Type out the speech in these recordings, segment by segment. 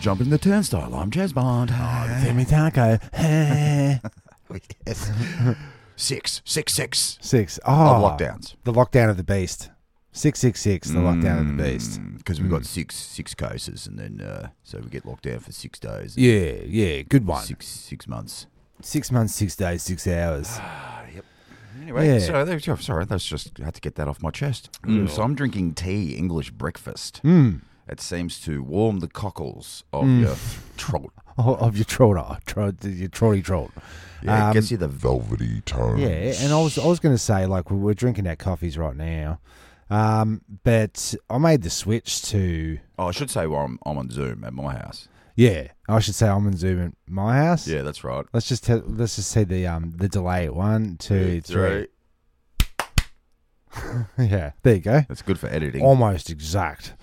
jumping the turnstile. I'm Jazz Bond. Timmy Taco. Yes. six, six, six Six. Oh, of lockdowns. The lockdown of the beast. Six six six. The lockdown of the beast. Mm. Because we've got six six cases, and then uh, so we get locked down for six days, Yeah, yeah. Good one. Six, six six months. months, six days, six hours. Ah, Anyway, Yeah. so there- yeah, Mm. sorry, that's just had to get that off my chest. So I'm drinking tea, English breakfast. Hmm. It seems to warm the cockles of your throat. Oh, of your trotter, tro- your trotty trot. Yeah, Um, it gets you the velvety tone. Yeah, and I was I was going to say like we- we're drinking our coffees right now, um, but I made the switch to Oh, I should say, well, I'm, I'm on Zoom at my house. yeah. I should say I'm on Zoom at my house. Yeah, that's right. Let's just tell, let's just see the um the delay. One, two, three. yeah, there you go. That's good for editing. Almost exact.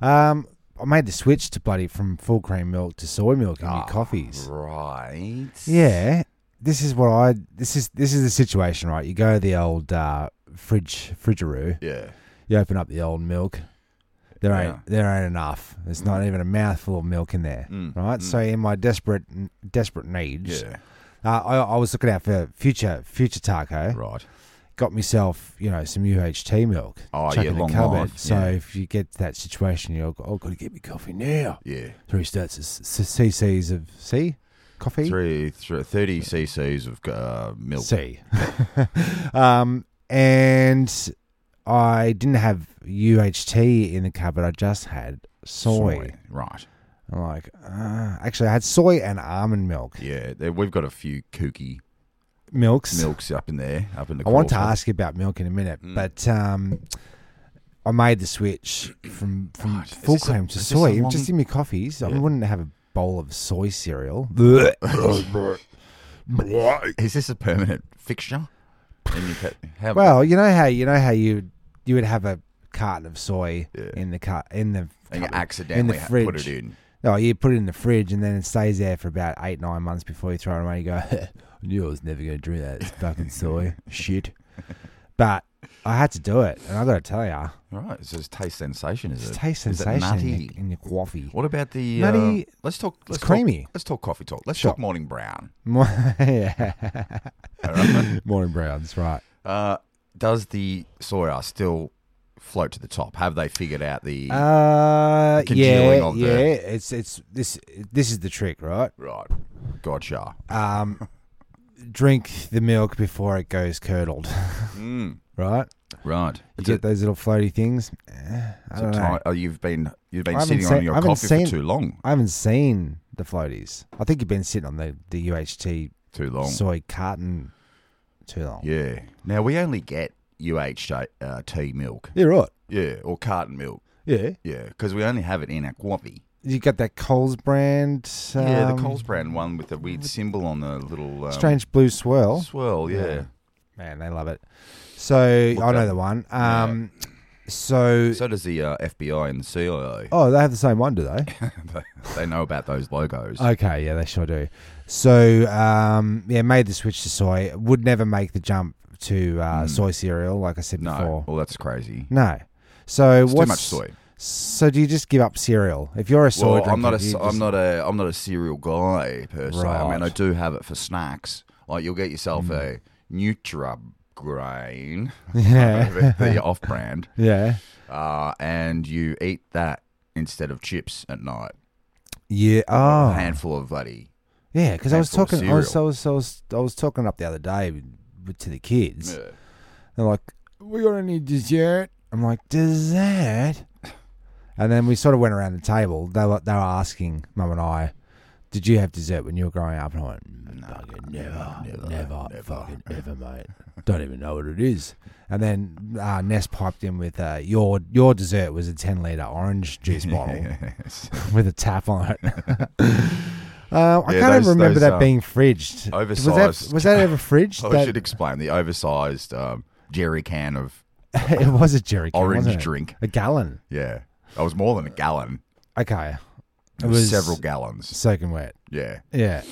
Um, I made the switch to bloody from full cream milk to soy milk in your coffees. Ah, Right. Yeah, this is what I this is this is the situation, right? You go to the old uh, fridge frigeroo, Yeah. you open up the old milk. There ain't Yeah. there ain't enough. There's not even a mouthful of milk in there, Mm, right? So in my desperate desperate needs, Yeah. uh, I, I was looking out for future future taco. Right. Got myself you know some UHT milk. Oh, chuck yeah, in the long cupboard. life, So yeah. if you get to that situation, you're like, oh, gotta get me coffee now. Yeah. Three stats of cc's of c coffee. Three, thr 30 cc's of uh, milk. See. um, and I didn't have UHT in the cupboard. I just had soy. Right. I'm like, uh, actually, I had soy and almond milk. Yeah. There, we've got a few kooky Milks. milks up in there, up in the I want to quarter. ask you about milk in a minute, Mm. but um, I made the switch from from Right, is full this a- cream to is this soy. a long- Just in my coffees, I Yeah. wouldn't have a bowl of soy cereal. Is this a permanent fixture? In your pet- how- Well, you know how you know how you you would have a carton of soy Yeah. in the car in the and you cupboard, accidentally ha- put fridge. it in. Oh, you put it in the fridge and then it stays there for about eight, nine months before you throw it away. You go, I knew I was never going to drink that. It's fucking soy. Shit. But I had to do it. And I got to tell you, All right. It's just taste sensation, is it's it? taste Is it sensation in nutty? your, in your coffee. What about the uh, Nutty- let's talk let's creamy. Talk, let's talk coffee talk. Let's Sure. talk morning brown. yeah. All right? Morning browns, right. uh, does the soya still float to the top? Have they figured out the Uh, congealing yeah, of the- yeah. It's, it's, this, this is the trick, right? right? Gotcha. Um, drink the milk before it goes curdled, Mm, right? right. You It's get a- those little floaty things. Eh, I it's a don't know. ti- oh, you've been you've I been haven't sitting seen- on I your haven't coffee seen- for too long. I haven't seen the floaties. I think you've been sitting on the, the UHT Too long. soy carton too long. yeah. Now we only get UHT uh, tea milk. You're right. Yeah, or carton milk. Yeah. Yeah, because we only have it in our coffee. You got that Coles brand. Um, yeah, the Coles brand one with the weird symbol on the little um, Strange blue swirl. swirl. Yeah. Man, they love it. So I know up. the one. Um, So, So does the uh, FBI and the CIA. oh, they have the same one, do they? Oh. they know about those logos. Okay, yeah, they sure do. So, um, yeah, made the switch to soy. Would never make the jump to uh, soy cereal, like I said Hmm. no, before. well that's crazy. No. So It's too what's much soy. So do you just give up cereal if you're a Well, soy drinker? I'm not do you a am just- not a I'm not a cereal guy per se. I mean, Right. Hmm. I do have it for snacks. Like you'll get yourself a Nutra grain, Yeah. the off brand, yeah. uh, and you eat that instead of chips at night. Yeah. A Oh. handful of bloody. Yeah. Because I was handful of talking. I was, I was. I was. I was talking up the other day with, to the kids. Yeah. They're like, "We got any dessert?" I'm like, "Dessert." And then we sort of went around the table. They were they were asking mum and I, "Did you have dessert when you were growing up?" And I went, "Fucking never, never, fucking never, mate. Don't even know what it is." And then uh, Ness piped in with, uh, "Your your dessert was a ten liter orange juice bottle Yes. with a tap on it." Uh, I Yeah, can't those- even those, remember that uh, being fridged. Was that, oversized- was that ever fridged? I That- should explain the oversized um, jerry can of it was a jerry can, orange wasn't it? drink. A gallon. Yeah, that was more than a gallon. Okay. It was, several gallons. soaking wet. Yeah, Yeah.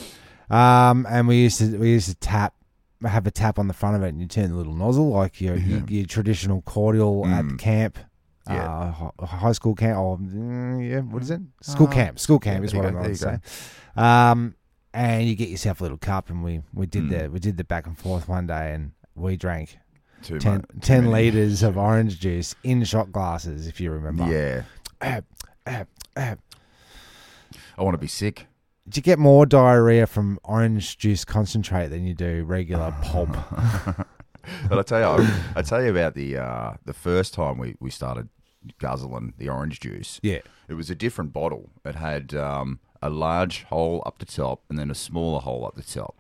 Um, and we used to we used to tap have a tap on the front of it and you turn the little nozzle like your your, your traditional cordial at camp Mm-hmm. Mm. Yeah. uh, hi- high school camp. Oh, mm, yeah, what is it? School Uh, camp. School camp yeah, is there what you go, I'm going to there you say. Um, and you get yourself a little cup, and we we did Mm. the we did the back and forth one day, and we drank Too ten, mu- too 10 many. liters of orange juice in shot glasses, if you remember. Yeah, Ahem, ahem, ahem. I want to be sick. Do you get more diarrhea from orange juice concentrate than you do regular pulp? But I tell you, I, I tell you about the uh, the first time we we started guzzling the orange juice. yeah. It was a different bottle. It had um, a large hole up the top and then a smaller hole up the top.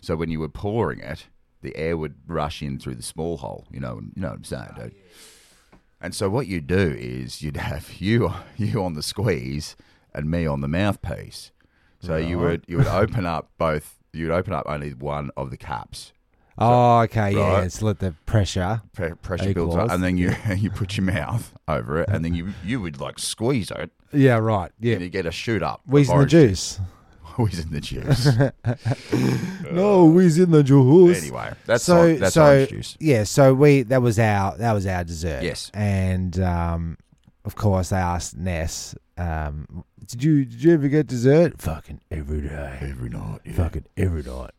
So when you were pouring it, the air would rush in through the small hole. You know, you know what I'm saying, Oh, dude. And so what you'd do is you'd have you you on the squeeze and me on the mouthpiece. So you Right. would you would open up both. You'd open up only one of the caps. Oh, okay. Yeah, Right. it's let the pressure. Pre- pressure Egg builds up, laws. and then you you put your mouth over it, and then you you would like squeeze it, Yeah, right. and Yeah. you get a shoot up. of Wheezing the orange juice. Always in the juice. No, wheeze in the juice. Uh, anyway, that's so on- that's so orange juice. yeah. So we that was our that was our dessert. Yes. and um, of course they asked Ness, um, did you did you ever get dessert? Fucking every day, Every night, yeah. fucking every night.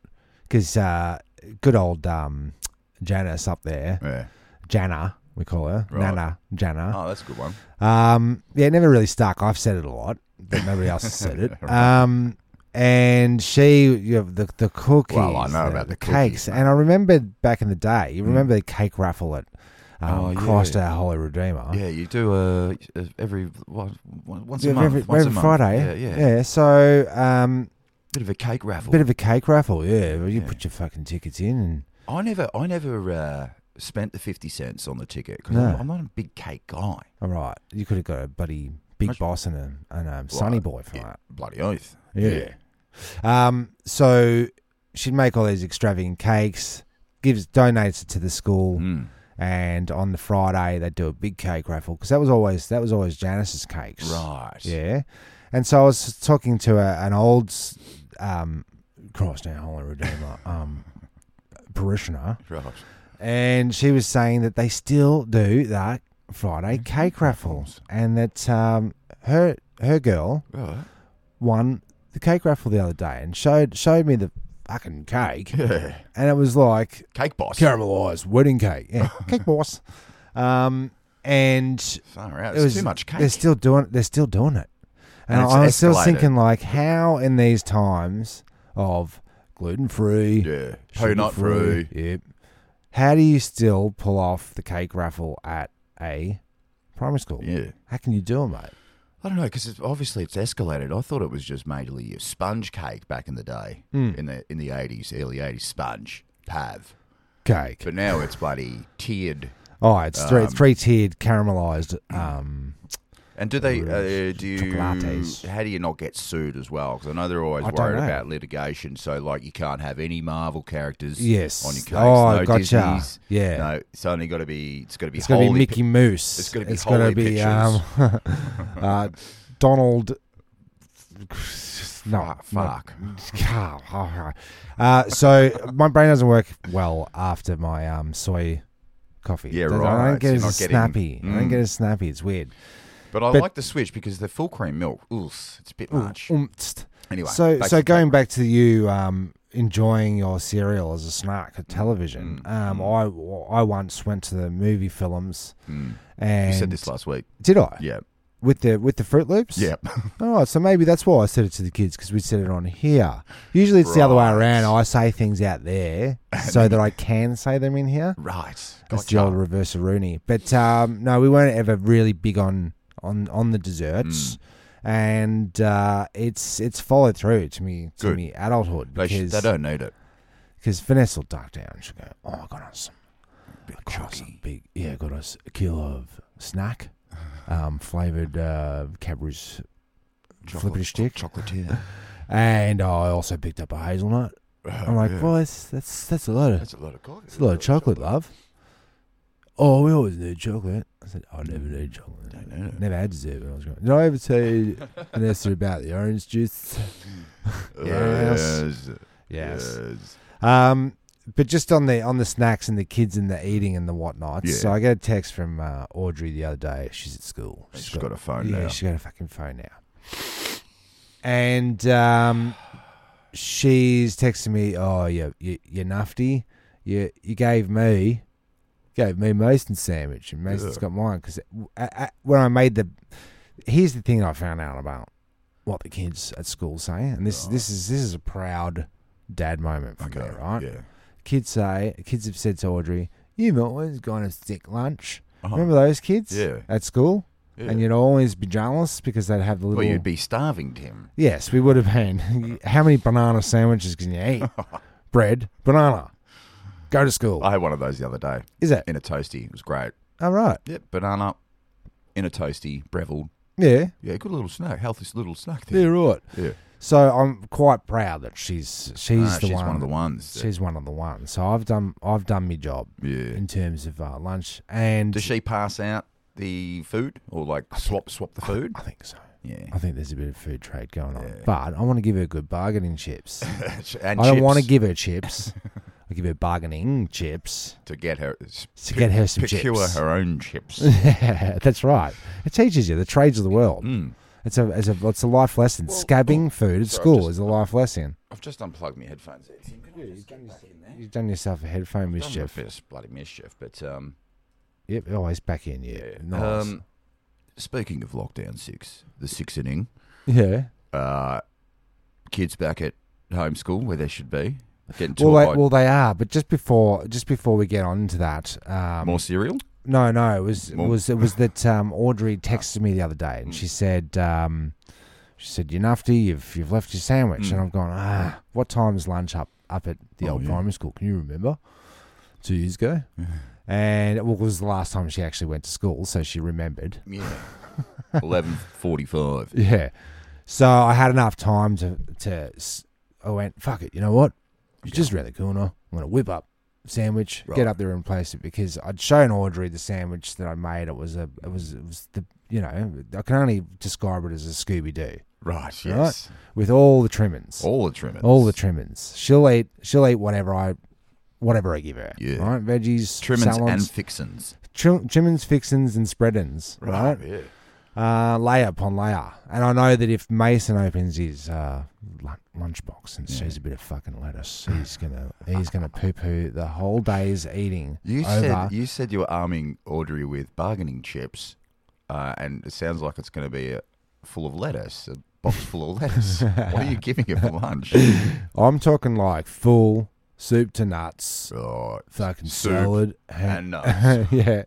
Because uh, good old um, Janice up there, Yeah. Jana we call her Right. Nana Jana. Oh, that's a good one. Um, yeah, it never really stuck. I've said it a lot, but nobody else has said it. Um, and she, you know, the the cookies, Well, I know about the cakes, cookies, mate. Mm. and I remember back in the day. You remember the cake raffle at um, Oh, yeah. Christ Our Holy Redeemer? Yeah, you do uh, every one- one- once a Yeah, month. every, once every a month. Friday. Yeah, yeah, So, um, Bit of a cake raffle. bit of a cake raffle. Yeah, well, you Yeah. put your fucking tickets in, and I never, I never uh, spent the fifty cents on the ticket because No. I'm, I'm not a big cake guy. all right, you could have got a bloody big Much- boss and a and a sunny boy for yeah, that. Bloody oath. Yeah. Um, so she'd make all these extravagant cakes, gives donates it to the school, Mm. and on the Friday they'd do a big cake raffle because that was always that was always Janice's cakes, Right. Yeah, and so I was talking to a, an old um, Christ now Holy Redeemer um, parishioner, Right. and she was saying that they still do that Friday cake raffle, raffles. and that um, her her girl Right. won the cake raffle the other day and showed showed me the fucking cake, Yeah. and it was like Cake boss. caramelized wedding cake. Yeah, cake boss. Um, and Far out. it It's was too much cake. They're still doing. They're still doing it, and, And it's I was still escalated. thinking like, how in these times of gluten free, yeah. Peanut free. yep, how do you still pull off the cake raffle at a primary school? Yeah. How can you do it, mate? I don't know because it's, obviously it's escalated. I thought it was just mainly a sponge cake back in the day, Mm. in the in the eighties, early eighties, sponge pav. Cake. But now it's bloody tiered. Oh, it's three Um, three tiered caramelized. Um, And do they? Ooh, Uh, do you? chocolates. How do you not get sued as well? Because I know they're always I don't worried know. about litigation. So like, you can't have any Marvel characters. yes. on your cakes. Oh, no gotcha. Disney's. Yeah. No, it's only got to be. It's got to be. it's gonna be wholly Mickey Mouse. it's gotta be It's gonna holy be pictures. um, uh, Donald. No, Fuck, ah, fuck. no. Uh, so my brain doesn't work well after my um, soy coffee. Yeah, I right, don't get so as you're not getting- snappy. I don't Mm. get as snappy. It's weird. But I but- like the switch because the full cream milk. Oof, it's a bit Ooh, much. oomtst. Anyway, so back so to going cake. back to you um, enjoying your cereal as a snack at television. Mm. Um, I I once went to the movie films Mm. and You said this last week. did I Yeah. with the with the Fruit Loops? Yeah. Oh, so maybe that's why I said it to the kids because we said it on here. Usually it's the other way Right. around. I say things out there so that I can say them in here. right. That's Gotcha. the old reverse Rooney. But um, no, we weren't ever really big on on on the Mm. desserts, and uh, it's it's followed through to me to Good. me adulthood They, sh- because they don't need it. because Vanessa will duck down. She'll go, "Oh, I got us some, Bit I got us some big, yeah, I got us a kilo of snack, um, flavored uh, Cadbury's flippity stick." Chocolatier. and I also picked up a hazelnut. I'm like, well, that's that's that's a lot of Oh, a lot of coffee. that's a lot of chocolate, love. Oh, we always need chocolate. I said, I Mm. never need chocolate. Don't need it. Never had dessert when I was growing. Did I ever tell you Vanessa about the orange juice? Yes. Yes. Yes. Um. but just on the on the snacks and the kids and the eating and the whatnot. Yeah. So I got a text from uh, Audrey the other day. She's at school. She's got a phone yeah, now. she's got a fucking phone now. And um, she's texting me, "Oh, you you you nufty, you you gave me." Gave me Mason's sandwich, and Mason's Yeah. got mine because when I made the, here's the thing I found out about what the kids at school say, and Oh. this this is this is a proud dad moment for me, right? Yeah. kids say kids have said to Audrey, "You've always got a sick lunch." Uh-huh. Remember those kids? Yeah. At school, Yeah. and you'd always be jealous because they'd have the little. Well, you'd be starving, Tim. Yes, we would have been. How many banana sandwiches can you eat? Bread, banana. Go to school. I had one of those the other day Is it? in a toasty. It was great. All right. Yep, banana in a toasty, Breville. Yeah. Yeah, good little snack, healthy little snack Yeah. there. Right. Yeah, So I'm quite proud that she's she's Ah, the she's one. one of the ones. that- She's one of the ones. So I've done I've done my job yeah. in terms of uh, lunch and. Does she pass out the food or like swap swap the food? I think so. Yeah. I think there's a bit of food trade going on. Yeah. But I want to give her good bargaining chips. and I don't want to chips give her chips. I give her bargaining chips to get her to get her some procure chips. her own chips. That's right. It teaches you the trades of the world. Mm. It's a it's a it's a life lesson. Scabbing food at oh, sorry, school just- is a life lesson. I've just unplugged my headphones. There, Tim. Can I just get back in there? You've done yourself a headphone Done my mischief. best bloody mischief, but um, Yep, always back in. Yeah, yeah. nice. Um, speaking of lockdown six, the six inning, yeah. uh, kids back at home school where they should be getting taught Well, they, by well, they are. But just before just before we get on to that, um, more cereal. No, no, it was it Well- was it was that um, Audrey texted me the other day and she said um, she said you nufty, you've you've left your sandwich, Mm. and I've gone ah, what time is lunch up up at the Oh, old yeah. primary school? Can you remember? Two years ago, and well, it was the last time she actually went to school, so she remembered. Yeah. Eleven forty-five. Yeah, so I had enough time to to s- I went fuck it, you know what? It's Yeah. just around the corner. I'm gonna whip up. Sandwich, Right. get up there and place it because I'd shown Audrey the sandwich that I made. It was a, it was, it was the, you know, I can only describe it as a Scooby Doo Right. yes. with all the trimmings, all, All the trimmings. the trimmings. She'll eat, she'll eat whatever I, whatever I give her. Yeah. right, veggies, trimmings and salads, fixins. trim, trimmings, fixins, and spreadins. Right, Yeah. uh, layer upon layer. And I know that if Mason opens his uh, lun- lunchbox and sees a bit of fucking lettuce, he's gonna he's gonna poo poo the whole day's eating You over. said you said you were arming Audrey with bargaining chips, uh, and it sounds like it's going to be a, full of lettuce, a box full of lettuce. what are you giving her for lunch? I'm talking like full soup to nuts, Right. fucking Soup salad and nuts. yeah.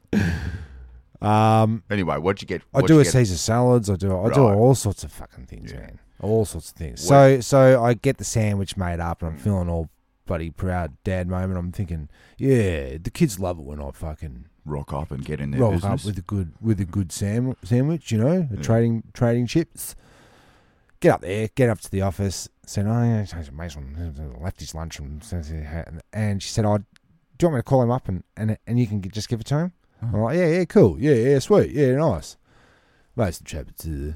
Um, Anyway, what'd you get? I what'd do you a get? Caesar salads. I do I do Right. all sorts of fucking things, Yeah. man. All sorts of things. Well- So so I get the sandwich made up, Mm. and I'm feeling all bloody proud dad moment. I'm thinking, yeah, the kids love it when I fucking rock up and get in their roll business. up with a good with a good sam- sandwich, you know, a Yeah. trading trading chips. Get up there, get up to the office. Said, oh, yeah, it's Mason left his lunch, and and she said, oh, do you want me to call him up and and, and you can g- just give it to him? Oh. I'm like, yeah, yeah, cool, yeah, yeah, sweet, yeah, nice. Most of the chap to the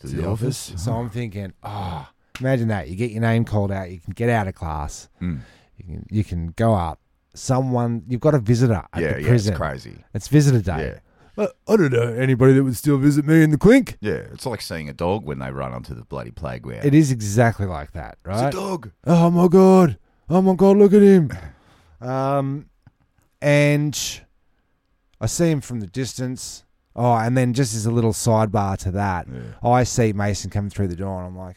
to the office. Oh. so I'm thinking, ah, imagine that. You get your name called out. You can get out of class. Mm. You can you can go up. Someone you've got a visitor at Yeah, the yeah, it's prison. crazy. It's visitor day. Uh, I don't know anybody that would still visit me in the clink. Yeah, yeah. It's like seeing a dog when they run onto the bloody playground. It is exactly like that, It's right? a dog. oh my god! Oh my god! Look at him. Um, and I see him from the distance. Oh, and then just as a little sidebar to that, Yeah. I see Mason coming through the door, and I'm like,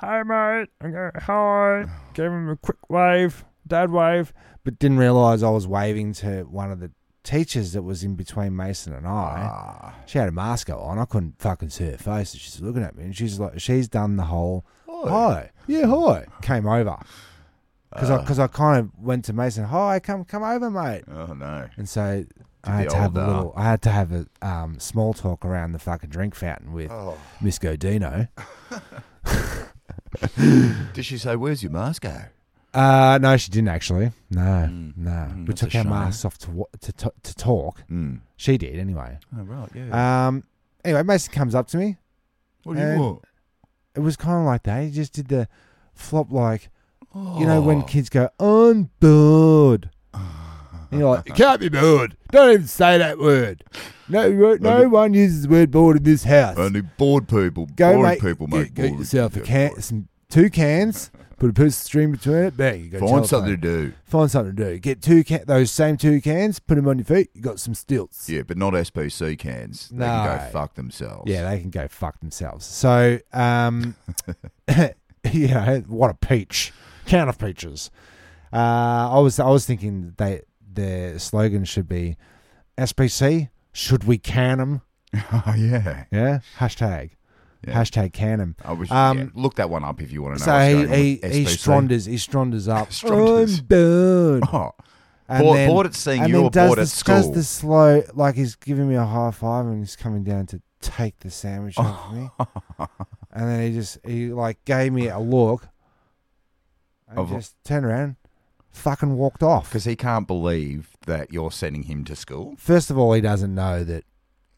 "Hey, mate!" I go, "Hi." Gave him a quick wave, dad wave, but didn't realise I was waving to one of the teachers that was in between Mason and I. Ah. She had a mask on. I couldn't fucking see her face. She's looking at me, and she's like, she's done the whole hi, yeah, hi, came over because Ah, I Ah. because I kind of went to Mason, hi, come come over, mate. Oh no. And so I had the to old, have a uh, little, I had to have a um, small talk around the fucking drink fountain with Oh. Miss Godino. Did she say, "Where's your mask go?" Uh, no, she didn't actually. No, Mm. no. Mm, we that's a took our shame. masks off to, wa- to to to talk. Mm. She did anyway. Oh right, yeah. Um, anyway, Mason comes up to me. what and- want? It was kind of like that. He just did the flop, like, you know, when kids go, I'm bored. And you're like, Oh. you can't be bored. Don't even say that word. No, you- no one uses the word bored in this house. Only bored people. Go boring make, people make get, get bored- yourself a yeah, can, some, two cans, put a piece of string between it, bang, you go Find telephone. something to do. Find something to do. Get two ca- those same two cans, put them on your feet, you got some stilts. Yeah, but not SPC cans. They can No. go fuck themselves. Yeah, they can go fuck themselves. So, um, you know, what a peach. Count of peaches. Uh, I was I was thinking they their slogan should be SPC. Should we can them? oh, yeah. Yeah. Hashtag. Yeah. Hashtag can them. I was, Um, yeah, Look that one up if you want to know. So what's he going on he, with he SPC. stronders he stronders up. Stronders. I'm done. Oh, And Bored- then- bored at seeing and you then or does bored at this- Does school? the slow like he's giving me a high five and he's coming down to take the sandwich Oh. off me, and then he just he like gave me a look, and Of- just turned around, fucking walked off. because he can't believe that you're sending him to school. First of all, he doesn't know that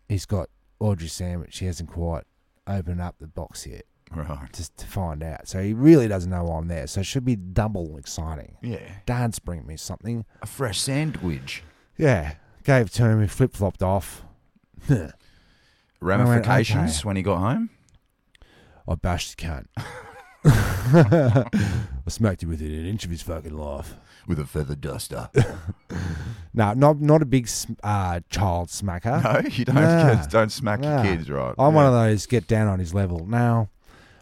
he's got Audrey's sandwich. He hasn't quite opened up the box yet Right. just to find out. So he really doesn't know why I'm there. So it should be double exciting. Yeah. Dad's bringing me something. A fresh sandwich. Yeah, gave it to him. He flip flopped off. I Ramifications okay. when he got home. bashed the cunt. I smacked him within an inch of his fucking life. with a feather duster. No, not not a big sm- uh, child smacker. no, you don't. Nah. kids don't smack Nah. your kids, right? I'm one of those get down on his level. Now,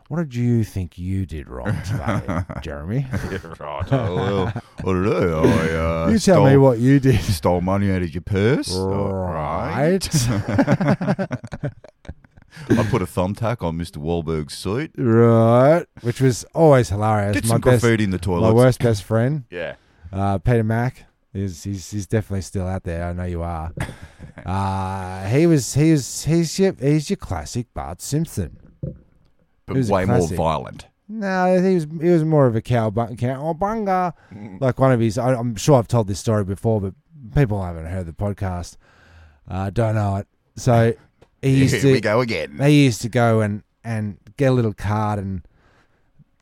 what did you think you did wrong today, Jeremy? Yeah, right. Oh, well, what did I do? I, uh, you tell stole, me what you did. Stole money out of your purse. Oh, Right. I put a thumbtack on Mr. Wahlberg's suit. right, which was always hilarious. Did my some best, graffiti in the my toilet. worst best friend. Yeah. Uh, Peter Mack is he's, he's definitely still out there. I know you are. uh, he was he was he's your he's your classic Bart Simpson. But It was a way more classic. violent. No, he was he was more of a cow cowabunga, like one of his. I, I'm sure I've told this story before, but people haven't heard the podcast, uh, don't know it. So he used Here to we go again. they used to go and and get a little card and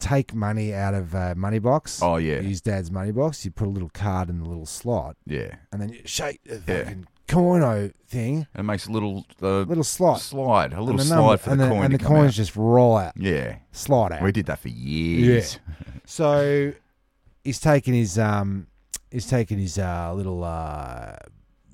take money out of a money box. Oh, yeah. Use dad's money box. You put a little card in the little slot, Yeah. and then you shake the Yeah. fucking coino thing, It makes a little, uh, little slot, slide, a and little the slide number- for the and coin and to the come coins out. just roll out, Yeah. slide out. We did that for years. So he's taking his um, he's taking his uh, little uh,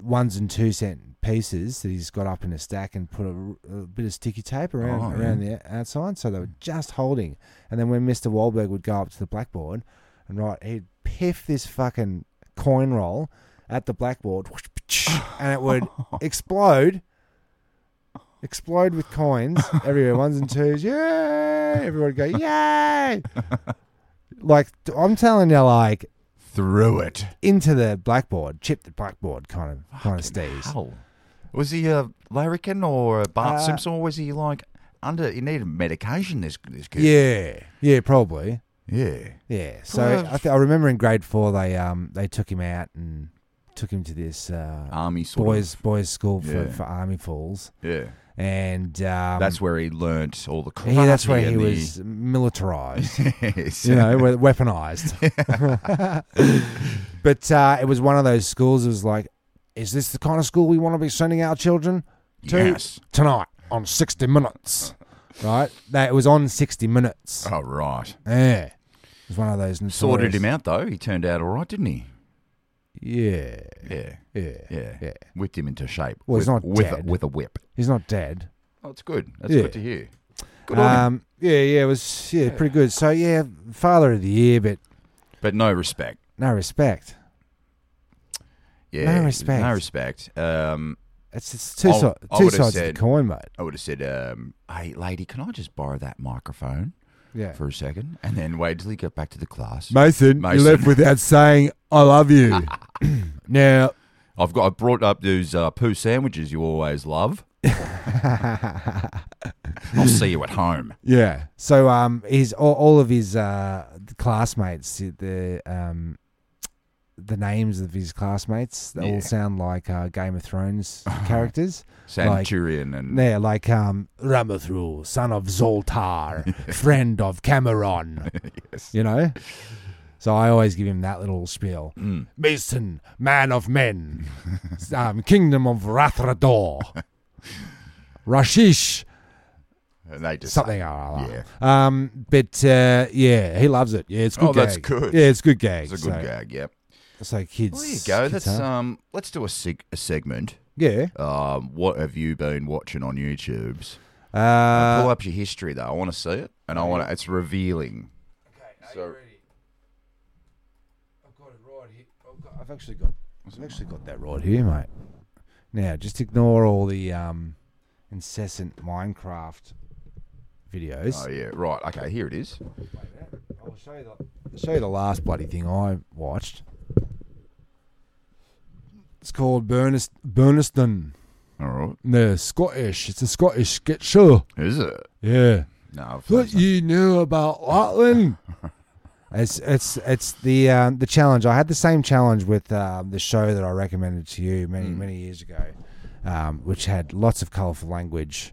ones and two cent pieces that he's got up in a stack and put a, a bit of sticky tape around Oh, around the outside, so they were just holding. And then when Mister Wahlberg would go up to the blackboard and write, he'd piff this fucking coin roll at the blackboard, and it would explode. Explode with coins everywhere, ones and twos. Yay! Everyone would go, yay! like t- I'm telling you, like Threw it. into the blackboard, chip the blackboard kind of kind of stays. Hell. Was he a larrikin or a Bart Uh, Simpson, or was he like under? He needed medication. This this kid. Yeah, yeah, probably. yeah. Yeah. So I, th- I remember in grade four they um they took him out and took him to this uh, Army sort boys boys school for, Yeah. for army fools, of. Yeah, and um, that's where he learnt all the. Karate he, that's where he and the- was militarized. yes. you know, we- weaponized. but uh, it was one of those schools. It was like, is this the kind of school we want to be sending our children to? Yes. tonight on 60 Minutes. Right? That it was on 60 Minutes. Oh right. Yeah. It was one of those. Notorious, Sorted him out though. He turned out all right, didn't he? Yeah. Yeah. Yeah. Yeah. Yeah. Whipped him into shape. Well, with, he's not with a, dead. with a whip. He's not dead. Oh, it's good. That's Yeah. good to hear. Good on him. Um, yeah, yeah, it was yeah, pretty good. So, yeah, father of the year, but But no respect. no respect. Yeah. respect. No respect. Um, It's, it's two, I w- sides. I two would've sides of said- the coin, mate. I would have said, um, "Hey, lady, can I just borrow that microphone?" Yeah. for a second and then wait till you get back to the class. Mason, Mason. you left without saying, I love you. now, I've got I brought up those uh, poo sandwiches you always love. I'll see you at home. Yeah. So um, his all, all of his uh classmates, the um, the names of his classmates, they Yeah. Uh-huh. all sound like uh, Game of Thrones characters. Centurion and Yeah, like um, Ramathru, son of Zoltar, friend of Cameron. yes. You know. So I always give him that little spiel. Mm. Mason, man of men, um, kingdom of Rathrador, Rashish, And they just something or other. Yeah. Um, but uh, yeah, he loves it. Yeah, it's a good. Oh, that's gag. good. Yeah, it's a good gag. It's a good so, gag, yeah. So kids, Well, there you go. kids That's are- um. Let's do a, seg- a segment. yeah. Um, what have you been watching on YouTube's? Uh, Pull up your history though. I want to see it, and I want to. It's revealing. Okay, So- are you ready? I've got it right here. I've, got, I've actually got. I've actually got that right here, mate. Now, just ignore all the um, incessant Minecraft videos. Oh yeah, right. Okay, here it is. I'll show you the I'll show you the last bloody thing I watched. It's called Bernest Berniston. All right. No, Scottish. It's a Scottish sketch show. Is it? Yeah. No. I've What not- you knew about Lachlan? it's it's it's the um, the challenge. I had the same challenge with um, the show that I recommended to you many many years ago, um, which had lots of colourful language.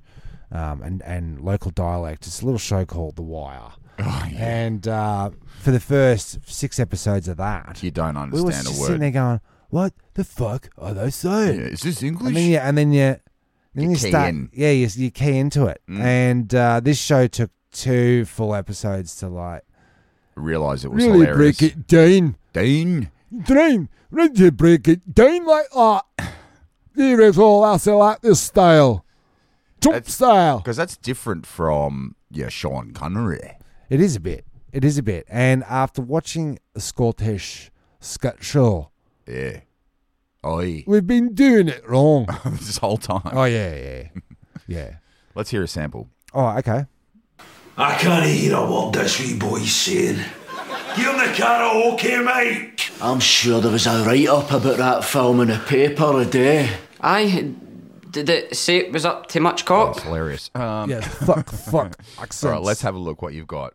Um, and, and local dialect. It's a little show called The Wire. Oh, yeah. And uh, for the first six episodes of that, You don't we were understand just a sitting word. there going, "What the fuck are they saying?" Yeah, is this English? And then you, and then you, then you, You key start, in. yeah, you, you key into it. Mm. And uh, this show took two full episodes to like Realize it was hilarious. it down, Dean. dream, really break it down like that. There is all else like this style, chop That's- style. Because that's different from yeah, Sean Connery. It is a bit. It is a bit. And after watching the Scottish sketch show, Yeah. Oi. we've been doing it wrong. this whole time. oh yeah, yeah, yeah. Let's hear a sample. Oh, okay. I can't hear a word this wee boy's saying. Give him the karaoke mic. I'm sure there was a write up about that film in the paper a day. Aye, did it say it was up to much cop? It's hilarious. Um, Yeah, fuck, fuck. All accents. right, let's have a look what you've got.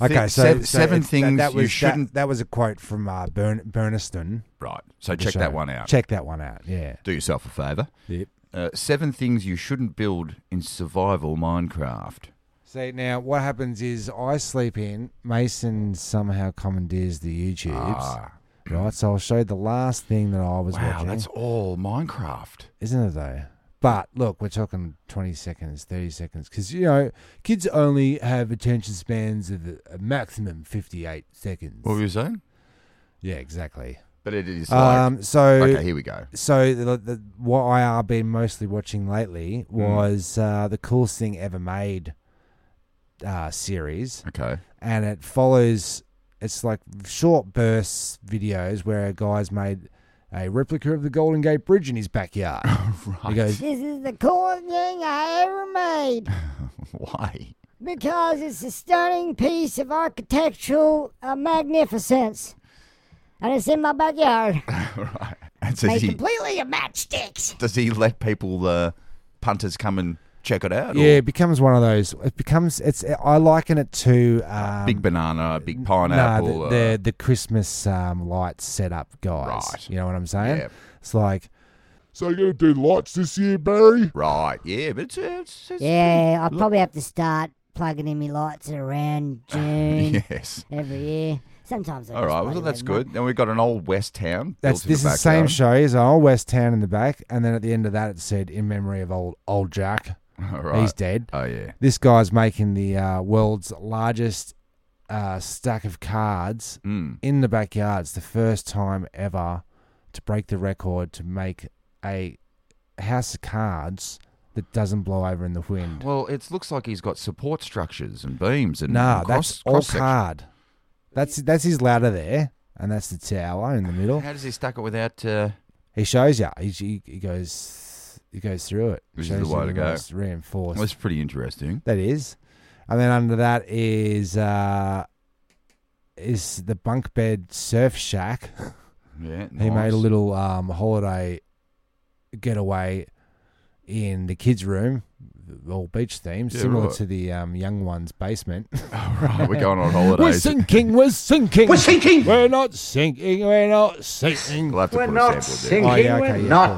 Okay, Think- so, sev- so seven it's- things you was, shouldn't- That, was a quote from uh, Bern, Berniston. Right. So the check show. that one out. Check that one out. Yeah. Do yourself a favor. Yep. Uh, seven things you shouldn't build in survival Minecraft. See now, what happens is I sleep in. Mason somehow commandeers the YouTubes. Ah. Right. So I'll show you the last thing that I was Wow, watching. that's all Minecraft. Isn't it though? But look, we're talking twenty seconds, thirty seconds, because you know kids only have attention spans of a maximum fifty-eight seconds. What were you saying? yeah, exactly. But it is like. Um. So okay, here we go. so the, the, what I are been mostly watching lately was uh, the coolest thing ever made uh, series, Okay. and it follows. It's like short bursts videos where a guy's made a replica of the Golden Gate Bridge in his backyard. He Right. goes, This is the coolest thing I ever made Why? because it's a stunning piece of architectural uh, magnificence. And it's in my backyard. right. And Made does he completely of matchsticks. does he let people uh, punters come and check it out? or- "Yeah." It becomes one of those. It becomes. It's. I liken it to um, big banana, big Nah, pineapple. uh, the, the the Christmas um, lights setup guys. Right. You know what I'm saying? Yeah. It's like. So you're gonna do lights this year, Barry? uh, right. Yeah, but it's, it's, it's Yeah, I'll probably have to start plugging in my lights around June yes. every year. Sometimes I All just right. Well, bloody that's leave 'em up. good. Then we've got an old West Town. That's built in this is the same backyard. show. Is old West Town in the back, and then at the end of that, it said in memory of old old Jack. All right. He's dead. Oh yeah. This guy's making the uh, world's largest uh, stack of cards Mm. in the backyard. It's the first time ever to break the record to make a house of cards that doesn't blow over in the wind. Well, it looks like he's got support structures and beams and Nah, and cross, that's all cross section. card. That's that's his ladder there, and that's the tower in the middle. How does he stack it without? Uh, He shows you. He, he, he goes he goes through it. This is Shows the way you to go. most Reinforced. that's pretty interesting. That is, and then under that is uh is the bunk bed surf shack. Yeah. He nice. made a little um holiday getaway in the kids' room, all beach themed, Yeah, similar right. to the um, young one's basement. All right, we're going on we're holidays. sinking. We're sinking. We're sinking. We're not sinking. We're not sinking. We'll have to We're put a not sample there. sinking. Oh, yeah, okay, We're yeah, Ah. not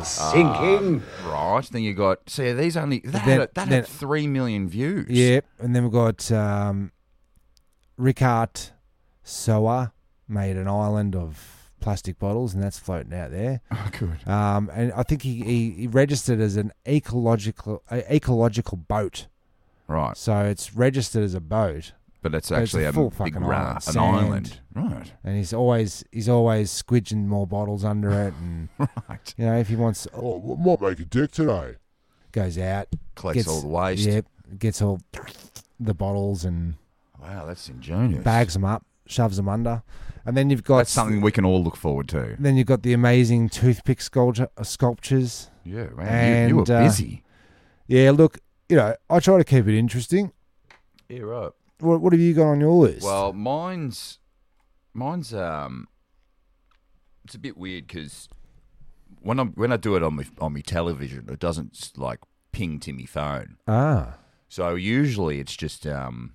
cool. sinking. Right. Then you got. See, these only that Then- had, that then- had three million views. Yep. And then we've got um, Ricard Soa made an island of plastic bottles, and that's floating out there. Oh, good. Um, and I think he, he, he registered as an ecological uh, ecological boat. Right. So it's registered as a boat, But that's But it's a actually a, full big fucking ra- island. an Sand. island. Right. and he's always he's always squidging more bottles under it, and Right. you know if he wants Oh, I might make a dick today. goes out, Collects all the waste. Yep, gets all the bottles and Wow, that's ingenious. bags them up, shoves them under, and then you've got That's something we can all look forward to. Then you've got the amazing toothpick sculpture, uh, sculptures. Yeah, man. you, you And, were uh, busy. Yeah, look, you know, I try to keep it interesting. Yeah, right. What, what have you got on your list? Well, mine's mine's um, it's a bit weird because when I am when I do it on my on my television, it doesn't like ping to my phone. ah, So usually it's just um,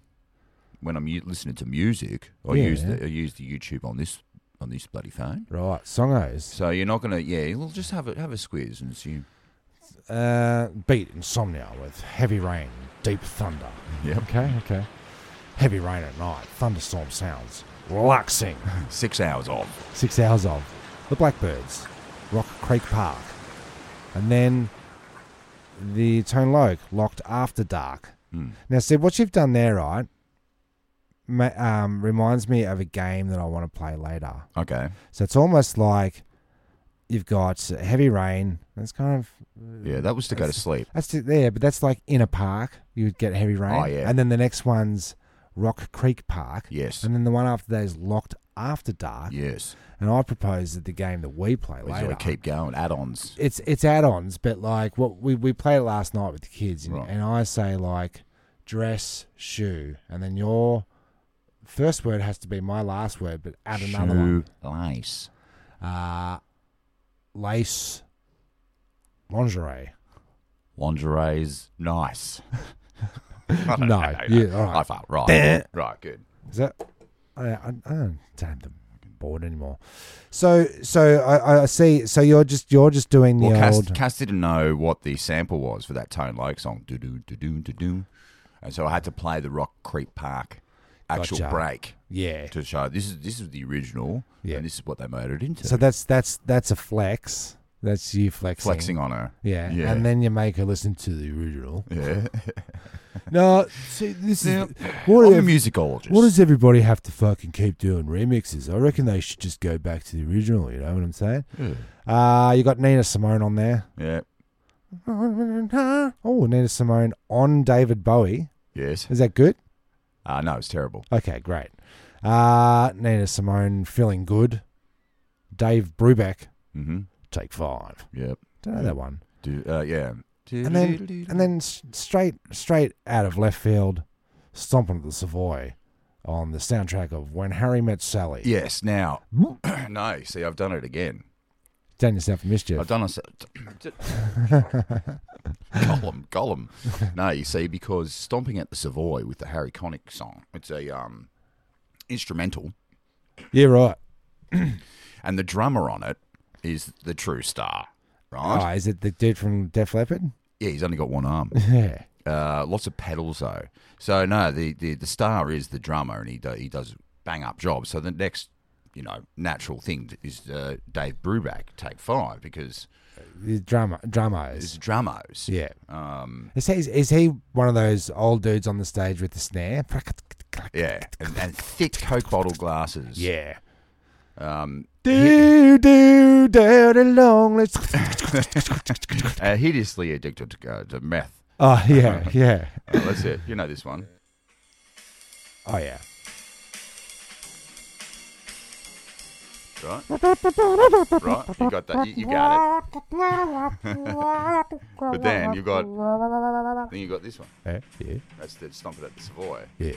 when I'm u- listening to music, I Yeah. use the I use the YouTube on this on this bloody phone. right, songos, So you're not gonna yeah, we'll just have a have a squeeze and see. uh, beat insomnia with heavy rain, deep thunder. Yep. Okay, okay. Heavy rain at night, thunderstorm sounds, relaxing. Six hours off. Six hours of the Blackbirds, Rock Creek Park, and then the Tone Loc, Locked After Dark. Hmm. Now, see what you've done there, right? ma- Um, reminds me of a game that I want to play later. Okay. So it's almost like you've got heavy rain. That's kind of Yeah, that was to go to sleep. that's it there, but that's like in a park. You would get heavy rain. Oh, yeah. And then the next one's Rock Creek Park. Yes. And then the one after that is Locked After Dark. Yes. And I propose that the game that we play We later, gotta keep going. Add-ons. it's it's add-ons, but like what we we played it last night with the kids, and, Right. and I say like dress, shoe, and then your first word has to be my last word, but add another one. Nice. Uh, lace, lingerie. Lingerie's nice. No, yeah, all I right. thought, right. right, good. Is that? I, I, I don't have the board anymore. So so I, I see. So you're just you're just doing the Well, Cass, old. Cass didn't know what the sample was for that Tone Loc song. Do do do do do do. And so I had to play the Rock Creek Park actual Gotcha. break yeah. to show this is this is the original Yeah. and this is what they made it into. So that's that's that's a flex. That's you flexing. flexing on her. Yeah. Yeah. And then you make her listen to the original. Yeah. No, see, this Now, is what, I'm a ev- musicologist. what does everybody have to fucking keep doing remixes? I reckon they should just go back to the original. You know what I'm saying? Uh you got Nina Simone on there. Yeah. Oh, Nina Simone on David Bowie. Yes. Is that good? Uh, no, it's terrible. Okay, great. Uh Nina Simone feeling good. Dave Brubeck, Mm-hmm. take five. Yep. Don't know that one. Do, uh, yeah. and then and then s- straight straight out of left field, stomping at the Savoy on the soundtrack of When Harry Met Sally. Yes. Now, no. See, I've done it again. Done yourself a mischief. I've done a s- Gollum, Gollum. No, you see, because stomping at the Savoy with the Harry Connick song, it's a um, instrumental, yeah, right. and the drummer on it is the true star, right? Ah, is it the dude from Def Leppard? Yeah, he's only got one arm. Yeah. Uh, lots of pedals though. So no, the, the the star is the drummer, and he do, he does bang up jobs. So the next, you know, natural thing is uh, Dave Brubeck take five because The drama it's drummers. drummers. Yeah. Um, Is he, is he one of those old dudes on the stage with the snare? yeah, and, and thick Coke bottle glasses. Yeah. Um, Do do do the long let's uh, hideously addicted to, uh, to meth. Oh yeah, yeah. Uh, that's it. You know this one. Oh yeah. Right, right. You got that. You, you got it. but then you got. Then you got this one. Yeah. Yeah. That's the stomping at the Savoy. Yeah.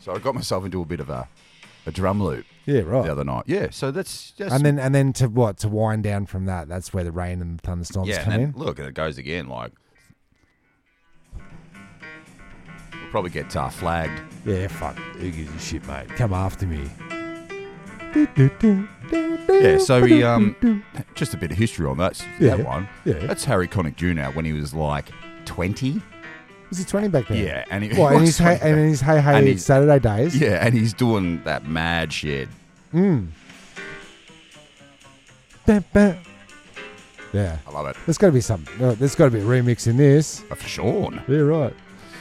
So I got myself into a bit of a, a drum loop Yeah, right. the other night. Yeah. So that's just. and then and then to what to wind down from that that's where the rain and the thunderstorms yeah. come And in then, look, and it goes again. Like we'll probably get uh, flagged. yeah fuck who gives a shit mate come after me Yeah, so he um, just a bit of history on that Yeah, that one. yeah. that's Harry Connick Jr. when he was like twenty. was he twenty back then? Yeah, and he- well, he and was he's hey, 20 and he's hey hey And it's he- Saturday days. Yeah, and he's doing that mad shit. Bam, bam. Yeah. I love it. There's got to be some. no, There's got to be a remix in this. Uh, For Sean. Yeah, right.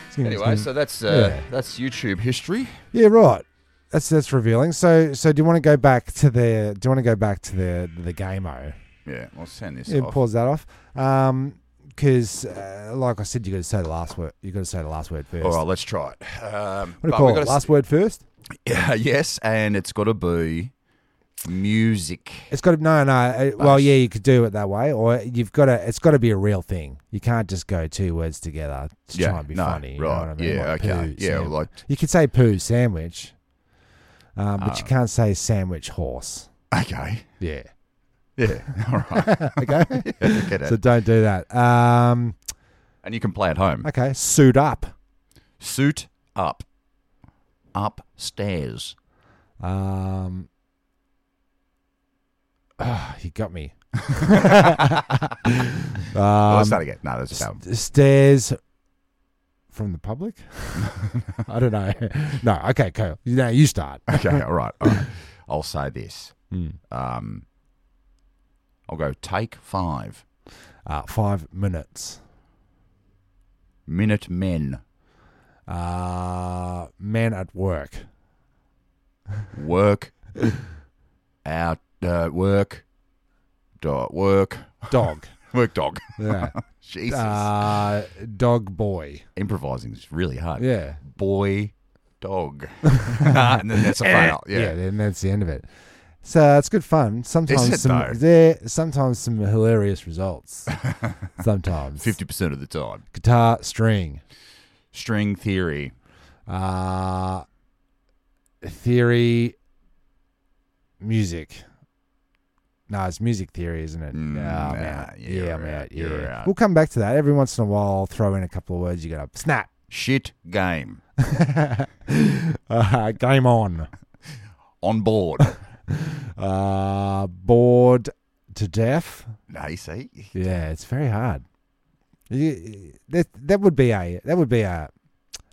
It's gonna- it's Anyway, gonna- so that's uh, Yeah. that's YouTube history. yeah, right. That's that's revealing. So so do you want to go back to the? Do you want to go back to the the gameo? Yeah, I'll send this Yeah, off. pause that off. Um, because uh, like I said, you got to say the last word. You got to say the last word first. All right, let's try it. Um, What do you but call we it? gotta Last word first. s- yes, and it's got to be music. It's got to no, no. uh, well, yeah, you could do it that way, or you've got to. It's got to be a real thing. You can't just go two words together to Yeah, try and be no, funny. you know right, what I mean? yeah, Like okay, poo yeah, sandwich. like- you could say poo sandwich, um, but you can't say sandwich horse. Okay. Yeah. Uh. Yeah. All right. Okay. Get it. so don't do that. Um, and you can play at home. okay. Suit up. Suit up. Upstairs. Um, ah, you got me. oh, um, let's start again. No, that's just st- stairs from the public. I don't know. No, okay, cool. Now you start. Okay. All right. All right. I'll say this. Hmm. Um, I'll go take five. Uh, five minutes. Minute men. Uh, men at work. Work. out. Uh, work. Dot. Work. Dog. Work dog. Yeah. Jesus. Uh, dog boy. Improvising is really hard. Yeah. Boy. Dog. and then that's a fail. Eh. yeah, Yeah. then that's the end of it. So it's good fun. Sometimes it some though? there sometimes some hilarious results. sometimes. 50% of the time. guitar string. String theory. Uh theory music. No, it's music theory, isn't it? Mm, yeah, I'm nah, out. you're Yeah, I'm out, out. you're Yeah. out. We'll come back to that. Every once in a while I'll throw in a couple of words you get up. Snap. Shit game. Uh, game on. On board. Uh bored to death. no, you see? Yeah, it's very hard. You- that that would be a that would be a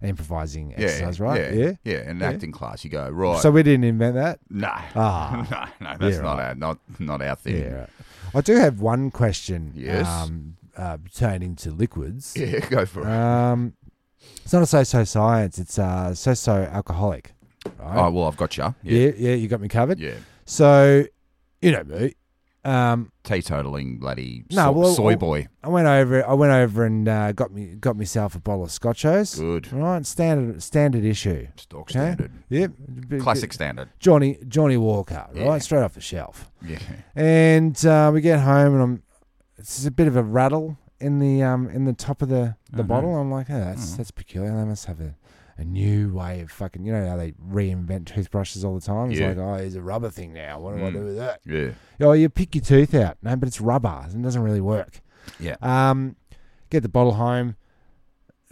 improvising exercise, right? Yeah. Yeah. In Yeah. acting class, you go, right. So we didn't invent that. no. Ah. no, no, that's Yeah, not, right. our, not, not our thing. Yeah. I do have one question. Yes. Um, uh, pertaining to liquids. Yeah, go for it. Um, it's not a so-so science. It's uh so-so alcoholic. Right? oh, well, I've got you. Yeah. yeah. yeah, You got me covered. Yeah. So, you know me. Um, Teetotaling bloody No, so- well- soy boy. I went over. I went over and uh, got me got myself a bottle of Scotchos. Good. right? Standard standard issue. Stock okay? standard. Yep. Classic standard. Johnny Johnny Walker. Right, Yeah. straight off the shelf. Yeah. And uh, we get home, and I'm. It's a bit of a rattle in the um in the top of the Mm-hmm. the bottle. I'm like, oh, that's that's peculiar. They must have a. A new way of fucking, you know how they reinvent toothbrushes all the time. It's Yeah. Mm. like, oh, here's a rubber thing now. What do I do with that? Yeah. Oh, you pick your tooth out. No, but it's rubber. It doesn't really work. Yeah. Um, get the bottle home,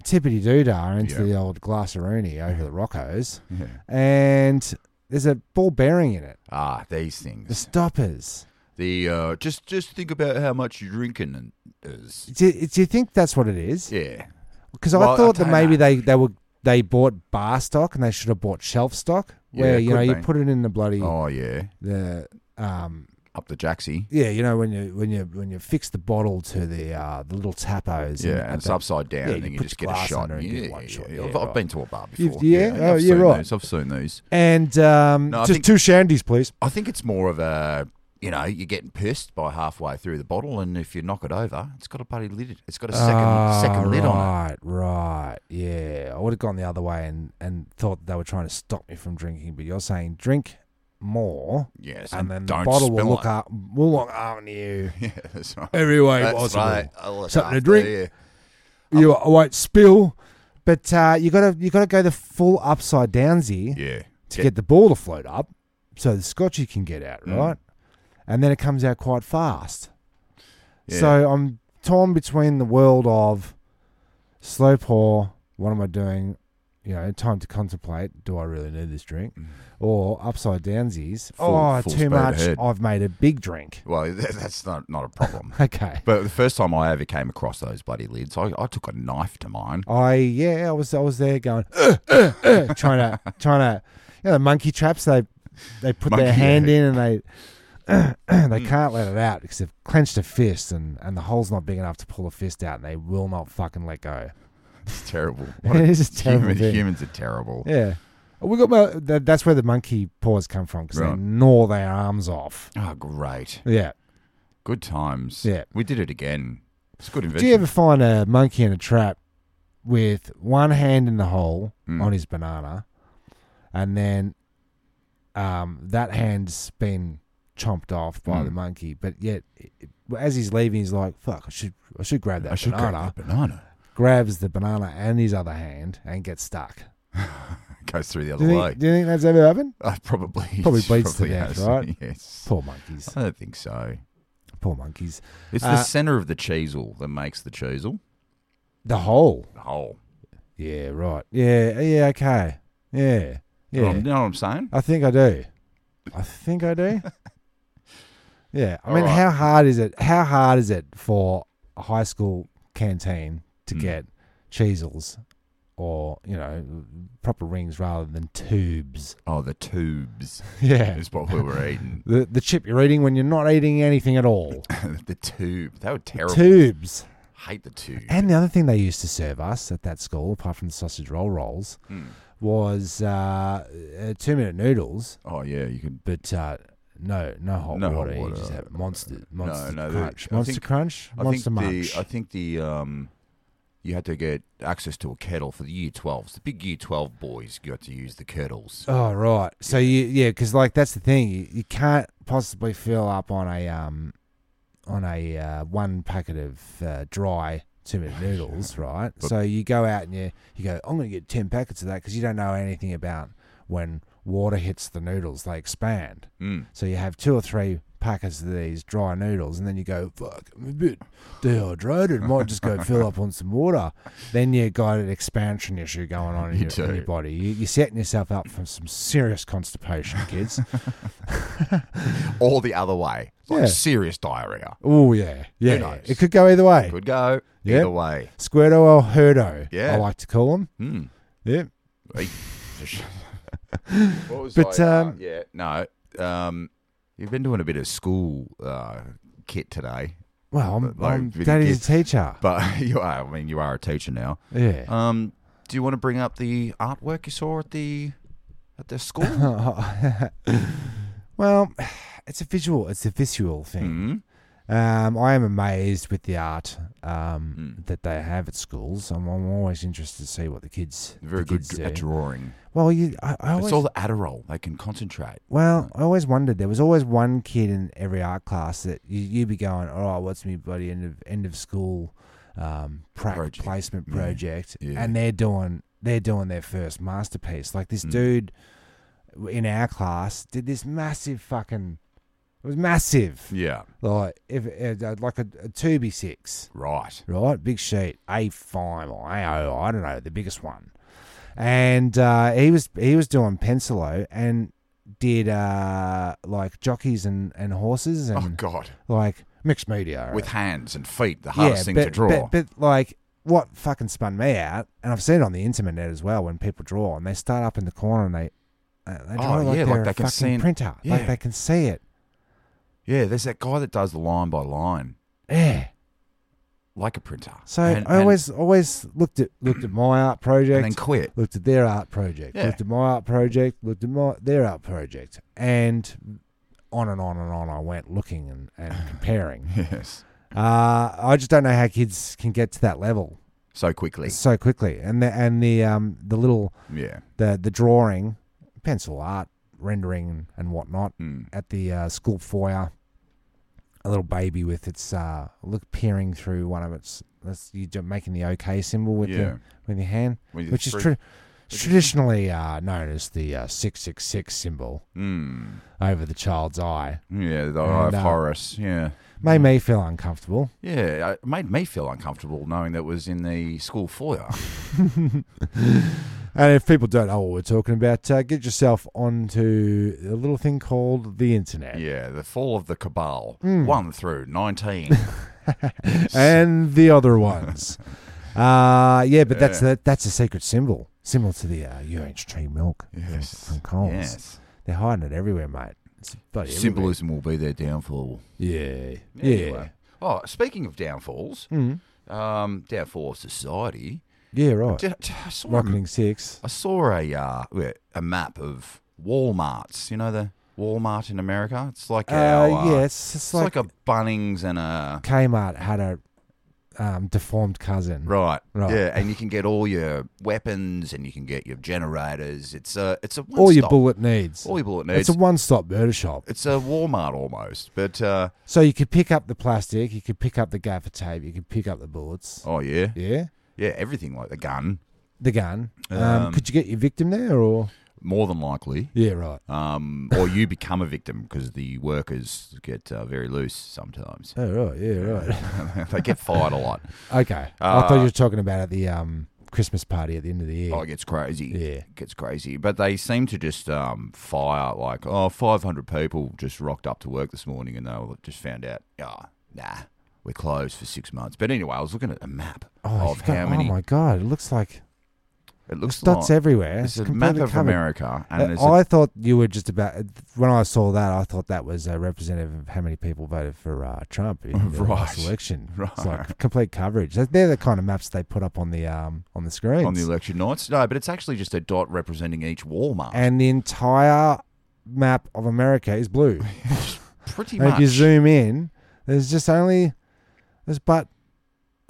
tippity doo dah into Yeah. the old glasseroni over the Roccos, Yeah. and there's a ball bearing in it. Ah, these The things. stoppers. The uh, just just think about how much you're drinking and is. Do, do you think that's what it is? Yeah. Because Well, I I'll thought that tell you maybe that. they, they were they bought bar stock and they should have bought shelf stock, Yeah, where you could know you be. put it in the bloody Oh yeah. the um Up the jacksy. yeah you know when you when you when you fix the bottle to the uh the little tapos Yeah, and, and, at it's the- upside down, and yeah, you then you put just your get a glass shot. under and yeah, get one yeah, shot. yeah. Yeah, I've, right. I've been to a bar You've- before. yeah? Oh, I've you're seen right. These. I've seen these. and um No, I just think- two shandies please I think it's more of a, you know, you're getting pissed by halfway through the bottle, and if you knock it over, it's got a bloody lid. It's got a second second lid on it. Ah, right, Right, yeah. I would have gone the other way and, and thought they were trying to stop me from drinking, but you're saying drink more, Yes, and then don't the bottle will spill look it. up, will look after you Yeah, that's right. every way That's possible. right. I'll look Something to after drink. you. You, I won't spill, but uh, you gotta you gotta go the full upside downsy Yeah. to get the ball to float up, so the scotchy can get out, Mm. right? And then it comes out quite fast. Yeah. So I'm torn between the world of slow pour. What am I doing? you know, time to contemplate. Do I really need this drink? Or upside downsies. Mm. Full- oh, full too speed much. ahead. I've made a big drink. Well, that- that's not, not a problem. Okay. but the first time I ever came across those bloody lids, I, I took a knife to mine. I yeah, I was I was there going "Uh, uh, uh," trying to trying to you know the monkey traps they they put their Monkey, hand yeah. Mm. in and they they can't let it out because they've clenched a fist and and the hole's not big enough to pull a fist out and they will not fucking let go. It's terrible. It is a terrible thing. Humans are terrible. Yeah. We got my, that, that's where the monkey paws come from because they Right. gnaw their arms off. Oh, great. Yeah. Good times. Yeah. We did it again. It's a good Do invention. you ever find a monkey in a trap with one hand in the hole Mm. on his banana, and then um, that hand's been chomped off by Mm. the monkey, but yet it, as he's leaving, he's like, "Fuck, I should, I should grab that I should banana." grab that banana. Grabs the banana and his other hand and gets stuck. Goes through the Do other you, think, leg. do you think that's ever happened? Uh, probably. Probably bleeds to probably death, has. right? Yes. Poor monkeys. I don't think so. Poor monkeys. It's Uh, the center of the cheesel that makes the cheesel. The hole. The hole. Yeah. Right. Yeah. Yeah. Okay. Yeah. You know what Yeah. I'm- you know what I'm saying? I think I do. I think I do. yeah. I All mean, right. how hard is it? How hard is it for a high school canteen to Hmm. get cheesels or, you know, proper rings rather than tubes? Oh, the tubes Yeah. is what we were eating. The, the chip you're eating when you're not eating anything at all. the tube. They were terrible. Tubes. Hate the tube. And the other thing they used to serve us at that school, apart from the sausage roll rolls, Hmm. was uh, uh, two minute noodles, oh yeah, you could. but uh, no, no hot No hot water. You water. uh, just have monster, monster no, they- crunch, I monster think- crunch, I monster think munch. the I think the um, you had to get access to a kettle for the year twelves. The big year twelve boys got to use the kettles. oh right, so you yeah, because like that's the thing, you, you can't possibly fill up on a um, on a uh, one packet of uh, dry two minute noodles, right? so you go out and you you go, I'm going to get ten packets of that because you don't know anything about when water hits the noodles, they expand. Mm. So you have two or three packets of these dry noodles, and then you go, fuck, I'm a bit dehydrated. Might just go fill up on some water. Then you got an expansion issue going on in, You your, in do. your body. You, you're setting yourself up for some serious constipation, kids. Or the other way, It's like Yeah. serious diarrhea. oh, yeah. Yeah. knows? It could go either way. Could go Yeah. either way. Squirto or Herdo, Yeah. I like to call them. Mm. Yeah. Hey. what was But, I, uh, um, yeah, no. Um, you've been doing a bit of school uh, kit today, Well, I'm, Like, I'm with daddy's kids. a teacher. but you are. I mean, you are a teacher now. yeah. Um, do you want to bring up the artwork you saw at the at the school? uh, well, it's a visual, it's a visual thing. mm Um, I am amazed with the art um, Hmm. that they have at schools. I'm, I'm always interested to see what the kids. Very the good kids dr- at do. drawing. Well, you, I, I It's always, all the Hmm. Adderall. They can concentrate. well, I always wondered. There was always one kid in every art class that you, you'd be going, "All right, what's me bloody end of end of school um, prac Project. placement Yeah. project?" Yeah. And they're doing they're doing their first masterpiece. Like Hmm. this dude in our class did this massive fucking. It was massive. Yeah. Like if uh, like a, a two b six Right. right? Big sheet, A5 or AO, I don't know, the biggest one. And uh, he was he was doing Pensilo and did uh, like jockeys and, and horses Oh and God. like mixed media Uh, With hands and feet, the Yeah, hardest thing to but- draw. But, but like what fucking spun me out, and I've seen it on the internet as well when people draw and they start up in the corner and they. uh, They draw Oh, like yeah, they're like a they can fucking see it. printer. Like Yeah. they can see it. yeah, there's that guy that does the line by line, Yeah. like a printer. So And- I and- always always looked at looked at my art project and then quit. looked at their art project, Yeah. looked at my art project, looked at my their art project, and on and on and on I went looking and, and comparing. Yes. uh, I just don't know how kids can get to that level So quickly. so quickly. And the and the um the little Yeah. the the drawing, pencil art, rendering and whatnot Mm. at the uh, school foyer. A little baby with its uh, look peering through one of its. That's you ju- making the OK symbol with Yeah. your with your hand, When you which is through- tra- traditionally uh, known as the six six six symbol Mm. over the child's eye. Yeah, the Eye of And, uh, Horus. Yeah. Made me feel uncomfortable. Yeah, it made me feel uncomfortable knowing that was in the school foyer. And if people don't know what we're talking about, uh, get yourself onto a little thing called the internet. Yeah, the fall of the cabal, Hmm. one through nineteen. and the other ones. uh, yeah, but that's the, that's a secret symbol, similar to the uh, UHT milk Yes. from, from Coles. Yes. They're hiding it everywhere, mate. It's bloody everywhere. Symbolism will be their downfall. Yeah, yeah. Hmm. Anyway. Oh, speaking of downfalls, um, downfall of society. Yeah, right. Did, I saw a Rocketing six. I saw a uh, a map of Walmart's. You know the Walmart in America. It's like Uh, our, uh, yeah, it's, it's it's like, like, a Bunnings and a Kmart had a um, deformed cousin. right, Right. yeah, and you can get all your weapons and you can get your generators. It's a it's a one All your stop- bullet needs. all your bullet needs. It's a one-stop murder shop. It's a Walmart almost, but uh, So you could pick up the plastic, you could pick up the gaffer tape, you could pick up the bullets. oh yeah, Yeah, yeah, everything like the gun, the gun. Um, Um, could you get your victim there, or more than likely. yeah, right. Um, or you become a victim because the workers get uh, very loose sometimes. Oh right, yeah, right. they get fired a lot. Okay, I thought you were talking about at the um, Christmas party at the end of the year. Uh, Oh, it gets crazy. Yeah. It gets crazy. But they seem to just um, fire like, oh, 500 people just rocked up to work this morning and they were just found out, oh, nah, we're closed for six months. But anyway, I was looking at a map Oh, of you've got- how oh many. my god! It looks like It looks dots like. everywhere. It's, It's, a map completely of covered. America. And there's Uh, a- I thought you were just about when I saw that. I thought that was uh, representative of how many people voted for uh, Trump in the Right. last election. It's Right. like complete coverage. They're- They're the kind of maps they put up on the um, on the screens. on the election nights. No, but it's actually just a dot representing each Walmart. and the entire map of America is blue. Pretty and if much. you zoom in, there's just only there's but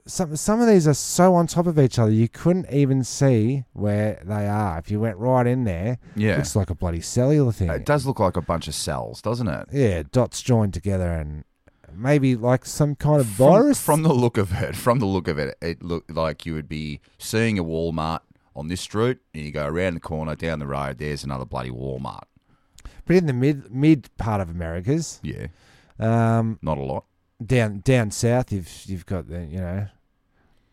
some some of these are so on top of each other you couldn't even see where they are. If you went right in there, Yeah. Uh, looks like a bloody cellular thing. it does look like a bunch of cells, doesn't it? Yeah, dots joined together and maybe like some kind of From- virus. From, the look of it, from the look of it, it looked like you would be seeing a Walmart on this route, and you go around the corner, down the road. There's another bloody Walmart. but in the mid mid part of America's, Yeah, um, not a lot. down down south, you've you've got the you know.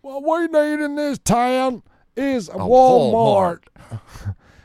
What we need in this town is a Oh, Walmart.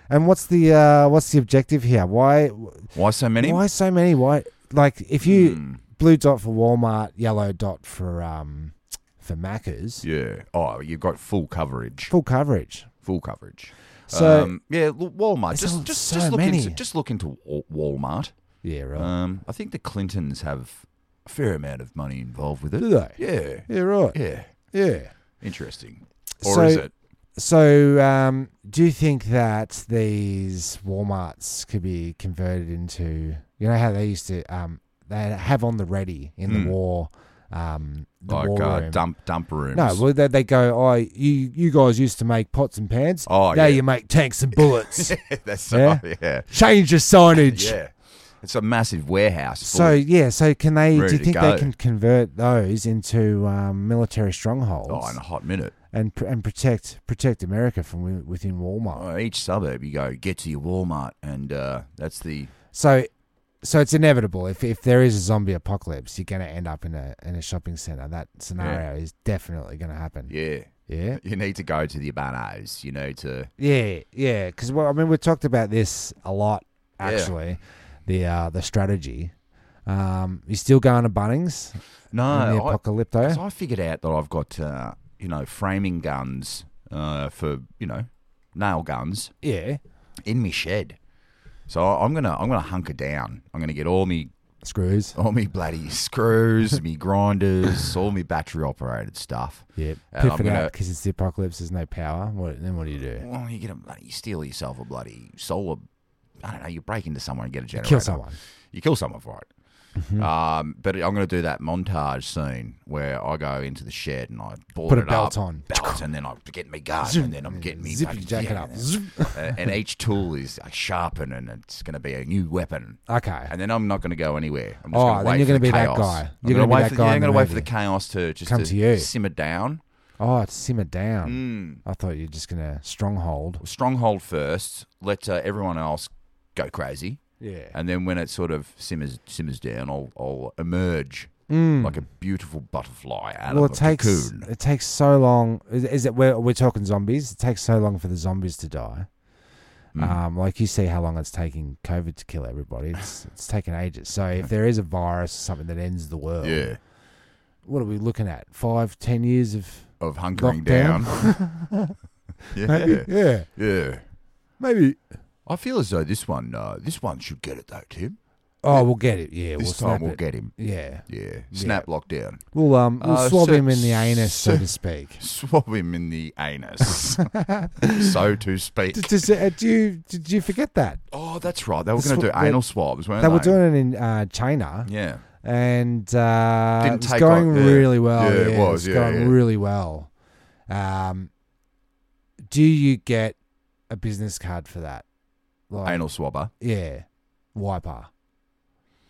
And what's the uh, what's the objective here? Why Why so many? why so many? Why like if you Hmm. blue dot for Walmart, yellow dot for um for Macca's, Yeah. Oh, you've got full coverage. full coverage. Full coverage. So- um, yeah, look, Walmart. There's Just so- just so just look many. into just look into Wa- Walmart. Yeah, right. Um, I think the Clintons have a fair amount of money involved with it. Do they? Yeah. yeah, right. Yeah. yeah. Interesting. Or So- is it? So, um, do you think that these WalMarts could be converted into? You know how they used to um, they have on the ready in Hmm. the war, um, the Like war uh, room. dump dump rooms. no, well they, they go. Oh, you you guys used to make pots and pans. Oh, now yeah. you make tanks and bullets. That's Yeah? so, yeah. Change your signage. Yeah. It's a massive warehouse. full So of- yeah, so can they? Ready do you to think go. they can convert those into um, military strongholds oh, in a hot minute. and pr- and protect protect America from wi- within Walmart? Oh, each suburb you go, get to your Walmart, and uh, that's the So, so it's inevitable. If if there is a zombie apocalypse, you're going to end up in a in a shopping center. That scenario is definitely going to happen. yeah. Yeah. You need to go to the Abanos. You know to Yeah, yeah. Because well, I mean, we talked about this a lot Yeah. actually. The uh, the strategy. Um, you still going to Bunnings? no. in the Uh, I, apocalypto. 'cause I figured out that I've got uh, you know framing guns uh, for you know nail guns yeah. in my shed. So I'm gonna I'm gonna hunker down. I'm gonna get all me Screws. all me bloody screws, me grinders, all me battery operated stuff. Yeah. And Piff I'm it gonna- out because it's the apocalypse. There's no power. What then? What do you do? Well, you get a bloody, you steal yourself a bloody solar. I don't know. You break into someone and get a generator. Kill Mm-hmm. someone. You kill someone for it. Um, but I'm going to do that montage scene where I go into the shed and I board Put a it belt up, on. belt, and then I get my gun, and then I'm getting me Zip your fucking- jacket yeah, up. and then- uh, and each tool is uh, sharpened, and it's going to be a new weapon. Okay. And then I'm not going to go anywhere. I'm just Oh, going then to wait you're for gonna the be that chaos. guy. I'm You're gonna gonna be wait that for the- guy yeah, I'm in the gonna wait for the movie. chaos to just Come to to you. simmer down. Hmm. Oh, it's simmer Mm. down. I thought you were just gonna stronghold. Stronghold first. Let uh, everyone else go crazy. Yeah. and then when it sort of simmers simmers down, I'll, I'll emerge like a beautiful butterfly out Hmm. Mm. well, of it a takes cocoon. it takes so long. Is, is it we're, we're talking zombies? It takes so long for the zombies to die. Mm. Um, like you see how long it's taking COVID to kill everybody. It's it's taken ages. So if there is a virus or something that ends the world, Yeah, what are we looking at? Five, ten years of of hunkering down. Lockdown. yeah, yeah, yeah. maybe. I feel as though this one, uh, this one should get it though, Tim. Oh, we'll get it. Yeah, we'll This snap time we'll it. get him. Yeah, Yeah, snap lockdown. we'll um we'll Uh, swab so- him in the anus, so, so- to speak. Swab him in the anus, so to speak. Did, does it- uh, do you did you forget that Oh, that's right. They were The going to swa- do they- anal swabs, weren't they they? were doing it in uh, China? Yeah. and uh, Didn't it was take going on- yeah. really well. Yeah, Yeah, it it was, was yeah, going yeah. really well. Um, do you get a business card for that? Like, Anal swabber. yeah, wiper.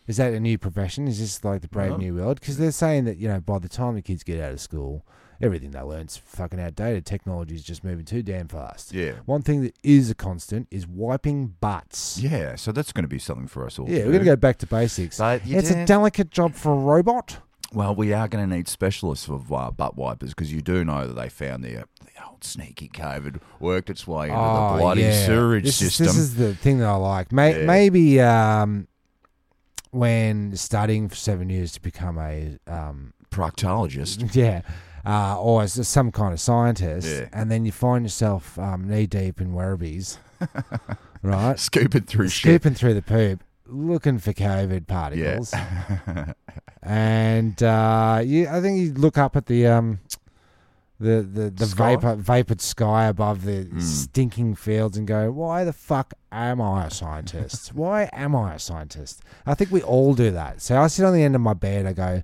Is that a new profession? Is this like the brave No. new world? Because they're saying that you know by the time the kids get out of school, everything they learn's fucking outdated. Technology's just moving too damn fast. Yeah. One thing that is a constant is wiping butts. Yeah. So that's going to be something for us all. Yeah, to we're gonna do. go back to basics. But you It's a didn't- delicate job for a robot. Well, we are going to need specialists for uh, butt wipers because you do know that they found the, the old sneaky COVID worked its way into Oh, the bloody yeah. sewerage this system. Is, this is the thing that I like. May, Yeah. Maybe um, when studying for seven years to become a um, Proctologist. yeah, uh, or as some kind of scientist, Yeah. and then you find yourself um, knee deep in Werribees, right? Scooping through shit. Scooping through the poop, looking for COVID particles, and uh, you, I think you look up at the um, the the, the Sky? Hmm. vapor vapored sky above the stinking fields and go, why the fuck am I a scientist? why am I a scientist? I think we all do that. So I sit on the end of my bed, I go.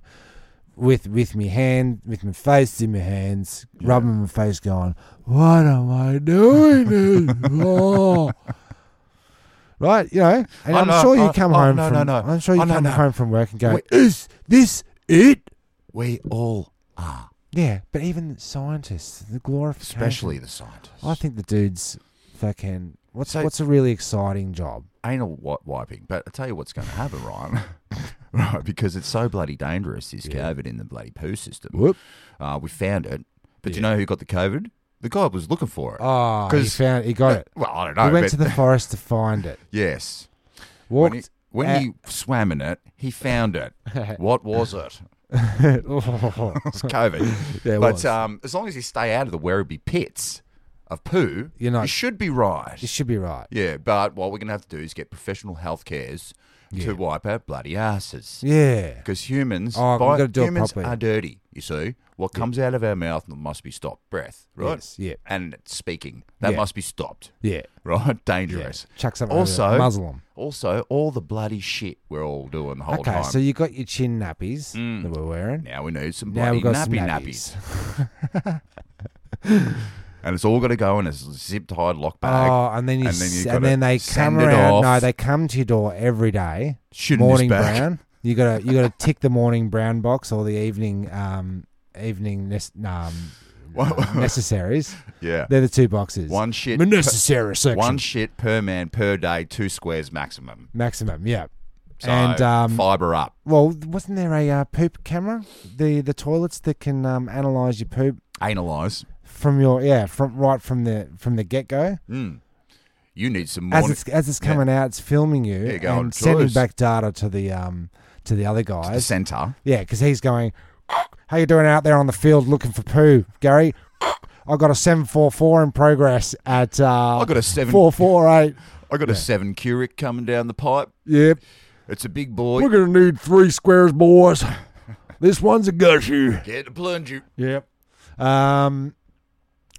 With with my hand, with my face in my hands, rubbing my face, going, "What am I doing?" This? Oh." Right, you know, and Oh, I'm no, sure you oh, come oh, home. no, from, no, no. I'm sure you Oh, no, come no. home from work and go, Wait. "Is this it?" We all are, Yeah, but even the scientists, the glorification, especially the scientists. I think the dudes fucking. What's So- what's a really exciting job? anal wi- wiping. But I tell you what's going to happen, Ryan. right, because it's so bloody dangerous. This COVID in the bloody poo system. Whoop. Uh, we found it, but you know who got the COVID? The guy was looking for it. Oh, he 'Cause- found he got it. well, I don't He know. went but- to the forest to find it. yes. When, Walked. he, when he swam in it, he found it. what was it? oh, It's COVID. Yeah, it but was. Um, as long as you stay out of the Werribee pits of poo, You're not- you should be right. this should be right. Yeah, but what we're going to have to do is get professional health cares to wipe our bloody asses. Yeah. Because humans, Oh, we've by- gotta do it humans properly. are dirty. You see, what comes out of our mouth must be stopped. Breath, right? Yes, yeah. And speaking, that Yeah. must be stopped. Yeah. Right? Dangerous. Chuck something over Also, there. Muzzle 'em. Also, all the bloody shit we're all doing the whole Okay, time. so you got your chin nappies Mm. that we're wearing. now we need some Now bloody we've got nappy some nappies. and it's all got to go in a zip tied lock bag. Oh, and then you and then s- you and gotta then they send come it around. off. No, they come to your door every day. Shouldn't this morning back. brown. You gotta you gotta tick the morning brown box or the evening um evening nes- um, uh, necessaries. Yeah. They're the two boxes. One shit The per- necessary section. One shit per man per day, two squares maximum. maximum. Yeah. So and um, fiber up. well, wasn't there a uh, poop camera? The the toilets that can um, analyze your poop Analyze. from your yeah from right from the from the get go You need some as morning. it's as it's coming out, it's filming you Yeah, go on, and sending choice. back data to the um to the other the guys. center. Yeah, because he's going. How you doing out there on the field looking for poo, Gary? I got a seven four four in progress at. Uh, I got a seven- four four eight. I got a seven curic coming down the pipe. Yep, It's a big boy. we're gonna need three squares, boys. This one's a gushy. Get the plunger. Yep. Um,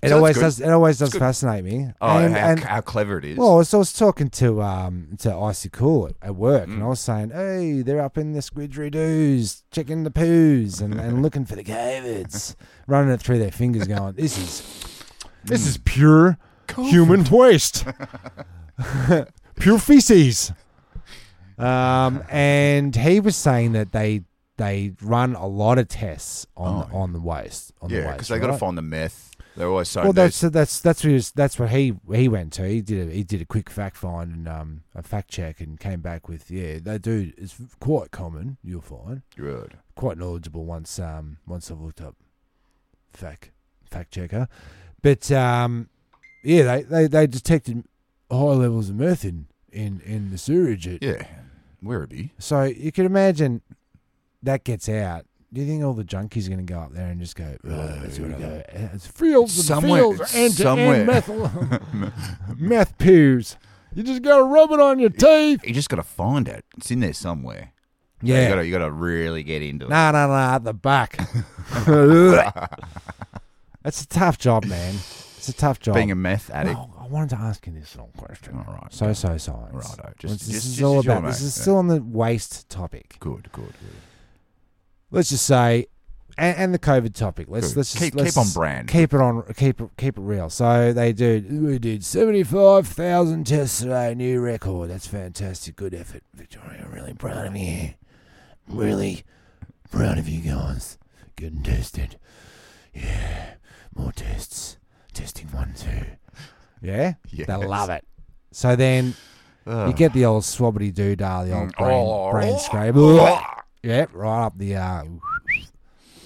it So that's always good. does. It always does good. fascinate me. Oh, and, how, and- how clever it is. Well, so I was talking to um to Icy Cool at, at work, Mm. and I was saying, "Hey, they're up in the squidgery doos, checking the poos, and, and looking for the cavids, running it through their fingers, going, this is this Mm. is pure human waste, pure feces." Um, and he was saying that they they run a lot of tests on on the waste. On the Oh. Yeah, waste, because they got to right? find the meth. They're always so. Well, that's that's that's that's what he was, that's what he he went to. He did a, he did a quick fact find and um a fact check and came back with yeah they do. It's quite common. You'll find good. quite knowledgeable once um once I've looked up fact fact checker, but um yeah they they, they detected high levels of meth in in in the sewage at Yeah, Werribee. so you could imagine that gets out. Do you think all the junkies are going to go up there and just go, oh, that's where we go. It's fields and Somewhere- fields and somewhere. meth, meth pews. You just got to rub it on your teeth. You just got to find it. It's in there somewhere. You Yeah. gotta, you gotta really get into it. No, no, no, at the back. That's a tough job, man. It's a tough job. Being a meth addict. Well, I wanted to ask you this little question. All right, So, so science. Righto. Just- this just- is just all enjoy, about. This mate. is Yeah. still on the waste topic. Good, good. good. let's just say, and, and the COVID topic. Let's Good. let's just Keep- let's keep on just brand. Keep it on. Keep it keep it real. So they did. We did seventy five thousand tests today. New record. That's fantastic. Good effort, Victoria. I'm really proud of you. I'm really proud of you guys. Getting tested. Yeah, more tests. Testing one two. Yeah, Yes. they love it. So then you get the old swabbity doo dah, the Mm. old brain, Oh. brain scrape. Yep, right up the uh,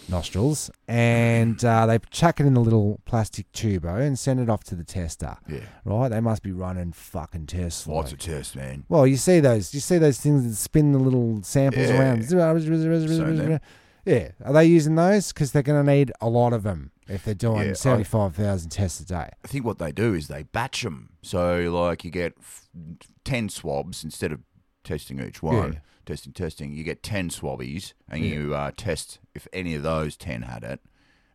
nostrils. And uh, they chuck it in a little plastic tubo and send it off to the tester. Yeah. Right? They must be running fucking tests. Lots like- of tests, man. well, you see those. You see those things that spin the little samples Yeah. around. then- Yeah. Are they using those? Because they're going to need a lot of them if they're doing Yeah, I- 75,000 tests a day. I think what they do is they batch them. So, like, you get f- 10 swabs instead of testing each one. Yeah. Testing, testing. You get 10 swabbies and you uh, test if any of those 10 had it.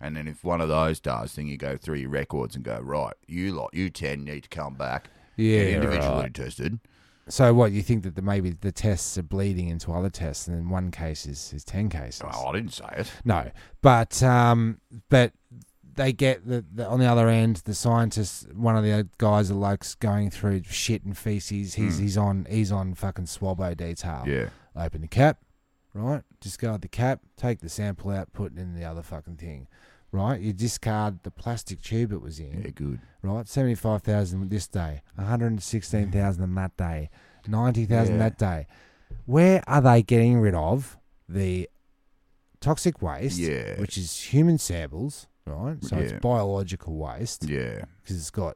And then if one of those does, then you go through your records and go, right, you lot, you 10 need to come back. Yeah, Get individually right. tested. So what you think that the, maybe the tests are bleeding into other tests, and then one case is, is ten cases? Oh, I didn't say it. No, but um, but they get the, the on the other end, the scientists, one of the other guys, the locks going through shit and feces. He's he's on he's on fucking swabbo detail. Hmm. Yeah. open the cap, right? Discard the cap, take the sample out, put it in the other fucking thing, right? You discard the plastic tube it was in Yeah, good. right? 75,000 this day, 116,000 on that day, 90,000 Mm. Yeah. that day. Where are they getting rid of the toxic waste, Yeah. which is human samples, right? So it's Yeah. biological waste because Yeah. it's got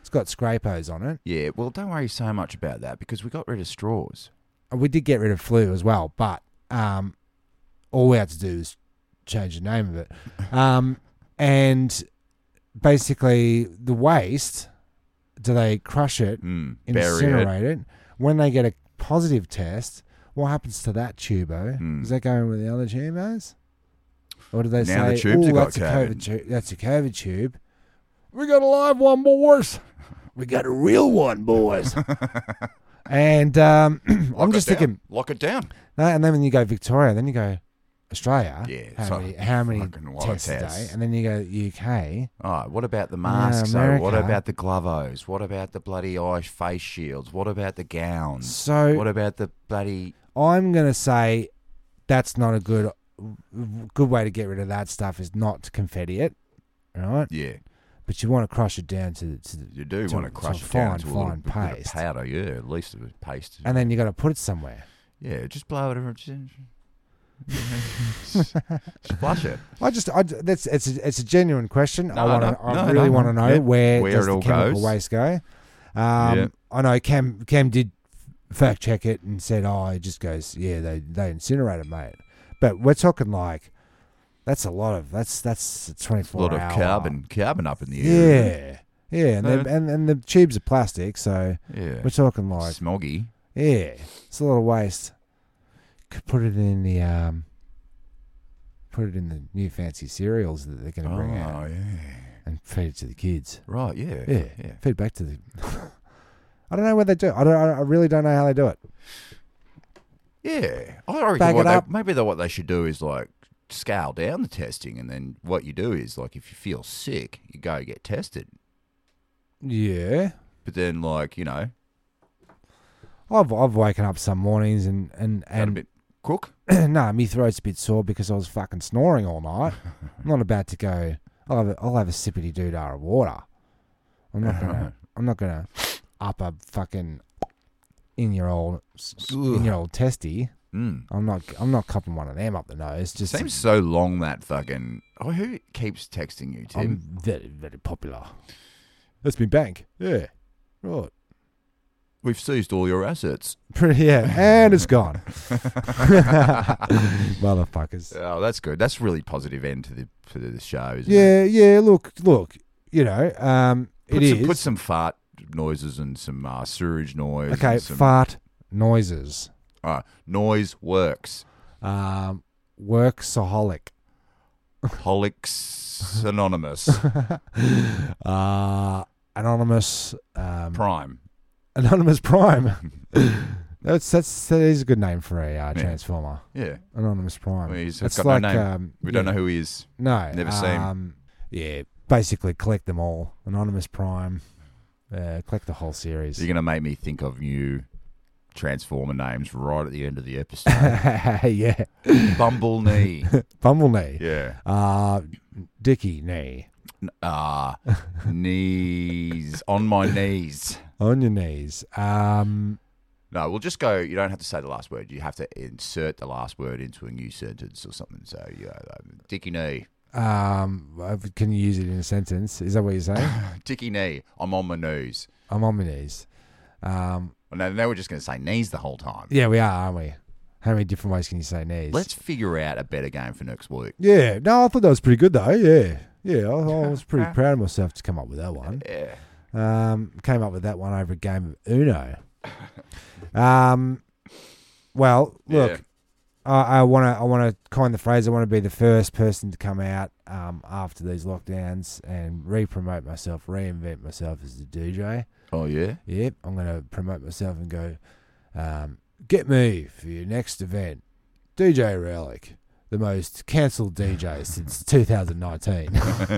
it's got scrapos on it. Yeah, well, don't worry so much about that because we got rid of straws. And Uh, we did get rid of flu as well, but um, all we had to do is change the name of it. Um, and basically, the waste, do they crush it Mm, bury it. incinerate it. When they get a positive test, what happens to that tubo? Hmm. Is that going with the other tubos? Or do they Now say, the tubes "Oh, have got that's a COVID COVID." tube? That's a COVID tube. We got a live one, boys. We got a real one, boys. And um, Lock I'm it just down. thinking, Lock it down. no, and then when you go Victoria, then you go Australia. Yeah, it's how like many, how many fucking a lot of tests a day? tests. And then you go UK. All right, Oh, what about the masks? though? what America. about the glovos? What about the bloody eye face shields? What about the gowns? So- Hmm. what about the bloody I'm gonna say that's not a good good way to get rid of that stuff is not to confetti it, right? yeah? But you want to crush it down to the, to the You do to- want to to crush a it down fine, to a little fine bit of paste. powder, yeah, at least a bit of paste. and then you got to put it somewhere. yeah, just blow it around. just flush it. I just I, that's it's a, it's a genuine question. I No, want to no, I no, really no, want to no. know Yeah. where, Where does it the all chemical goes. waste go. Um, Yeah. I know Cam Cam did fact check it and said, oh, it just goes yeah they they incinerate it, mate. But we're talking like that's a lot of that's that's twenty A four lot of carbon, carbon up in the air. Yeah. Yeah, and, No, the- and and the tubes are plastic, so Yeah, we're talking like smoggy. yeah, it's a lot of waste. Could put it in the um, put it in the new fancy cereals that they're going to Oh bring out yeah, and feed it to the kids. right. Oh. Yeah, Yeah, yeah. feed back to the. I don't know what they do. I don't. I I really don't know how they do it. Yeah, I reckon Bag what it they, up. maybe that what they should do is like scale down the testing, and then what you do is like if you feel sick, you go get tested. Yeah, But then like you know, I've I've woken up some mornings and and had a and bit Cook? nah, me throat's a bit sore because I was fucking snoring all night. I'm not about to go. I'll have a, I'll have a sippity doodah of water. I'm not gonna. I'm not gonna up a fucking in your old in your old testy. Mm. I'm not. I'm not cupping one of them up the nose. Just Seems so long that fucking. Oh, who keeps texting you, I'm Tim? very very popular. That's been bank. Yeah. Right. We've seized all your assets. Pretty, yeah, and it's gone. Motherfuckers. Oh, that's good. That's really positive end to the to the show. Isn't it? Yeah, yeah. Look, look. You know, um, Put it some, is- Put some fart noises and some uh, sewage noise. okay. and some- Fart noises. All right, noise works. Um, worksaholic. Holics anonymous Uh, anonymous. Um, prime. anonymous Prime. that's that's that is a good name for a uh, Yeah. transformer. Yeah, Anonymous Prime. Well, he's That's got no name. we don't yeah, know who he is. No, Never seen him. um, Yeah, basically collect them all. Anonymous Prime. Uh, collect the whole series. You're gonna make me think of new transformer names right at the end of the episode. yeah, Bumble knee. Bumble knee. Yeah. Uh, Dicky knee. Ah, knees on my knees. On your knees. Um, No, we'll just go. You don't have to say the last word. You have to insert the last word into a new sentence or something. So yeah, like, dicky knee, um, uh, can you use it in a sentence? Is that what you're saying? dicky knee. I'm on my knees. I'm on my knees. Um, Now, now we're just going to say knees the whole time. yeah, we are, aren't we? How many different ways can you say knees? Let's figure out a better game for next week. Yeah. No, I thought that was pretty good though. Yeah. Yeah, I, I was pretty proud of myself to come up with that one. Yeah. Um, came up with that one over a game of Uno. Um, well, look, Yeah. I I want to I want to coin the phrase. I want to be the first person to come out um, after these lockdowns and re-promote myself, reinvent myself as the DJ. Oh yeah. Yep, I'm going to promote myself and go, um, get me for your next event, DJ Relic, the most cancelled DJ since 2019.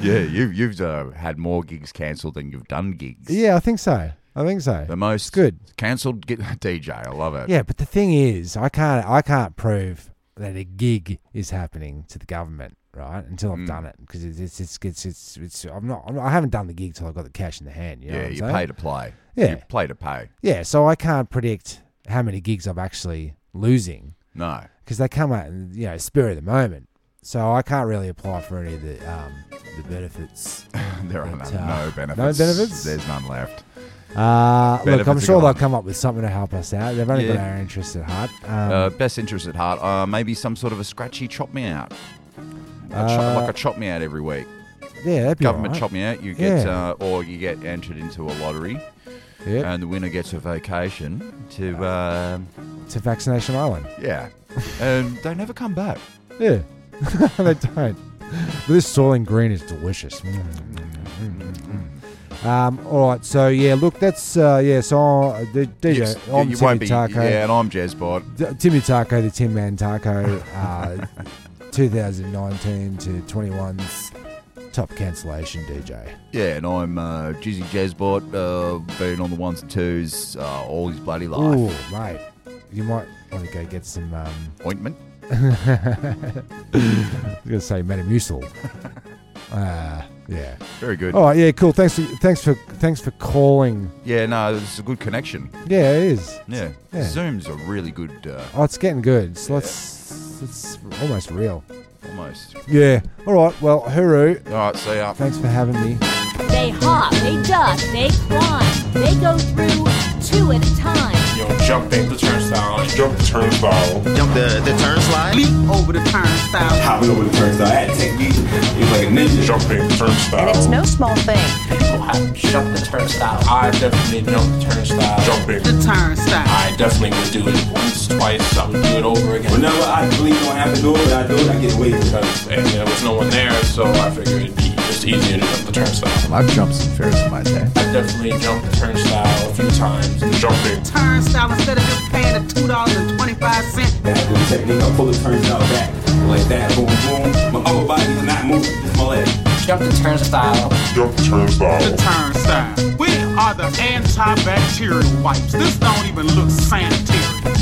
Yeah. You you've uh, had more gigs cancelled than you've done gigs. yeah, I think so. I think so. The most good. cancelled gi- DJ. I love it. Yeah, but the thing is, I can't I can't prove that a gig is happening to the government, right? Until Mm. I've done it because it's it's it's it's, it's, it's I'm, not, I'm not I haven't done the gig till I got the cash in the hand. You know Yeah. what I'm You saying? pay to play. Yeah. You play to pay. Yeah, so I can't predict how many gigs I'm actually losing No. because they come out in you know spur of the moment. So I can't really apply for any of the um, the benefits. There are But, no, uh, no benefits. no benefits? There's none left. Uh, look, I'm Benefits are sure they'll gone. come up with something to help us out. They've only got Yeah. our interests at heart. Um, Uh, best interest at heart. Uh, maybe some sort of a scratchy chop me out. A chop, Uh, like a chop me out every week. yeah, that'd be Government alright. chop me out. You get Yeah. uh, or you get entered into a lottery, Yep, Uh. and the winner gets a vacation to um to vaccination island. yeah, and they never come back. Yeah, they don't. But this soil and green is delicious. Mm, mm, mm, mm. Um, all right, so yeah, look, that's uh, yeah. So uh, the DJ, Yes, I'm you Timmy won't be. Tarko. Yeah, and I'm Jezbot. T- Timmy Taco, the Tin Man Taco, uh, 2019 to 21's top cancellation DJ. Yeah, and I'm uh, Jizzy Jezbot. Uh, been on the ones and twos uh, all his bloody life. Ooh, mate, you might want to go get some. Um, Ointment. I was gonna say Metamucil. uh, yeah. Very good. All right. Yeah. Cool. Thanks. For, thanks for. Thanks for calling. Yeah, no, this is a good connection. Yeah, it is. Yeah, Yeah. Zoom's a really good, uh, Oh, it's getting good. So let's. It's almost real. almost. Yeah. All right. Well, hooroo. All right, see ya. Thanks for having me. They hop, they duck, they climb, they go through two at a time. You know, jump back the turnstile, jump the turnstile, Jump the, the turn slide. leap over the turnstile. hopping over the turnstile. That technique is like a ninja. Jump back the turnstile. And it's no small thing. Jump the turnstile. I definitely jump the turnstile. Jump The back. turnstile. I definitely would do it once, twice. I would do it over again. Whenever I really don't have to do it, I do it. I get away because and there was no one there, so I figured it'd be just easier to jump the turnstile. I've jumped some ferrets in my day. I definitely jumped the turnstile a few times. Jump back. Turnstile instead of just paying the two dollars and twenty five cent. That little technique, I pull the turnstile back like that. Boom, boom. My upper body is not moving. It's my leg. Jump the turnstile. Jump the turnstile. The turnstile. We are the antibacterial wipes. This don't even look sanitary.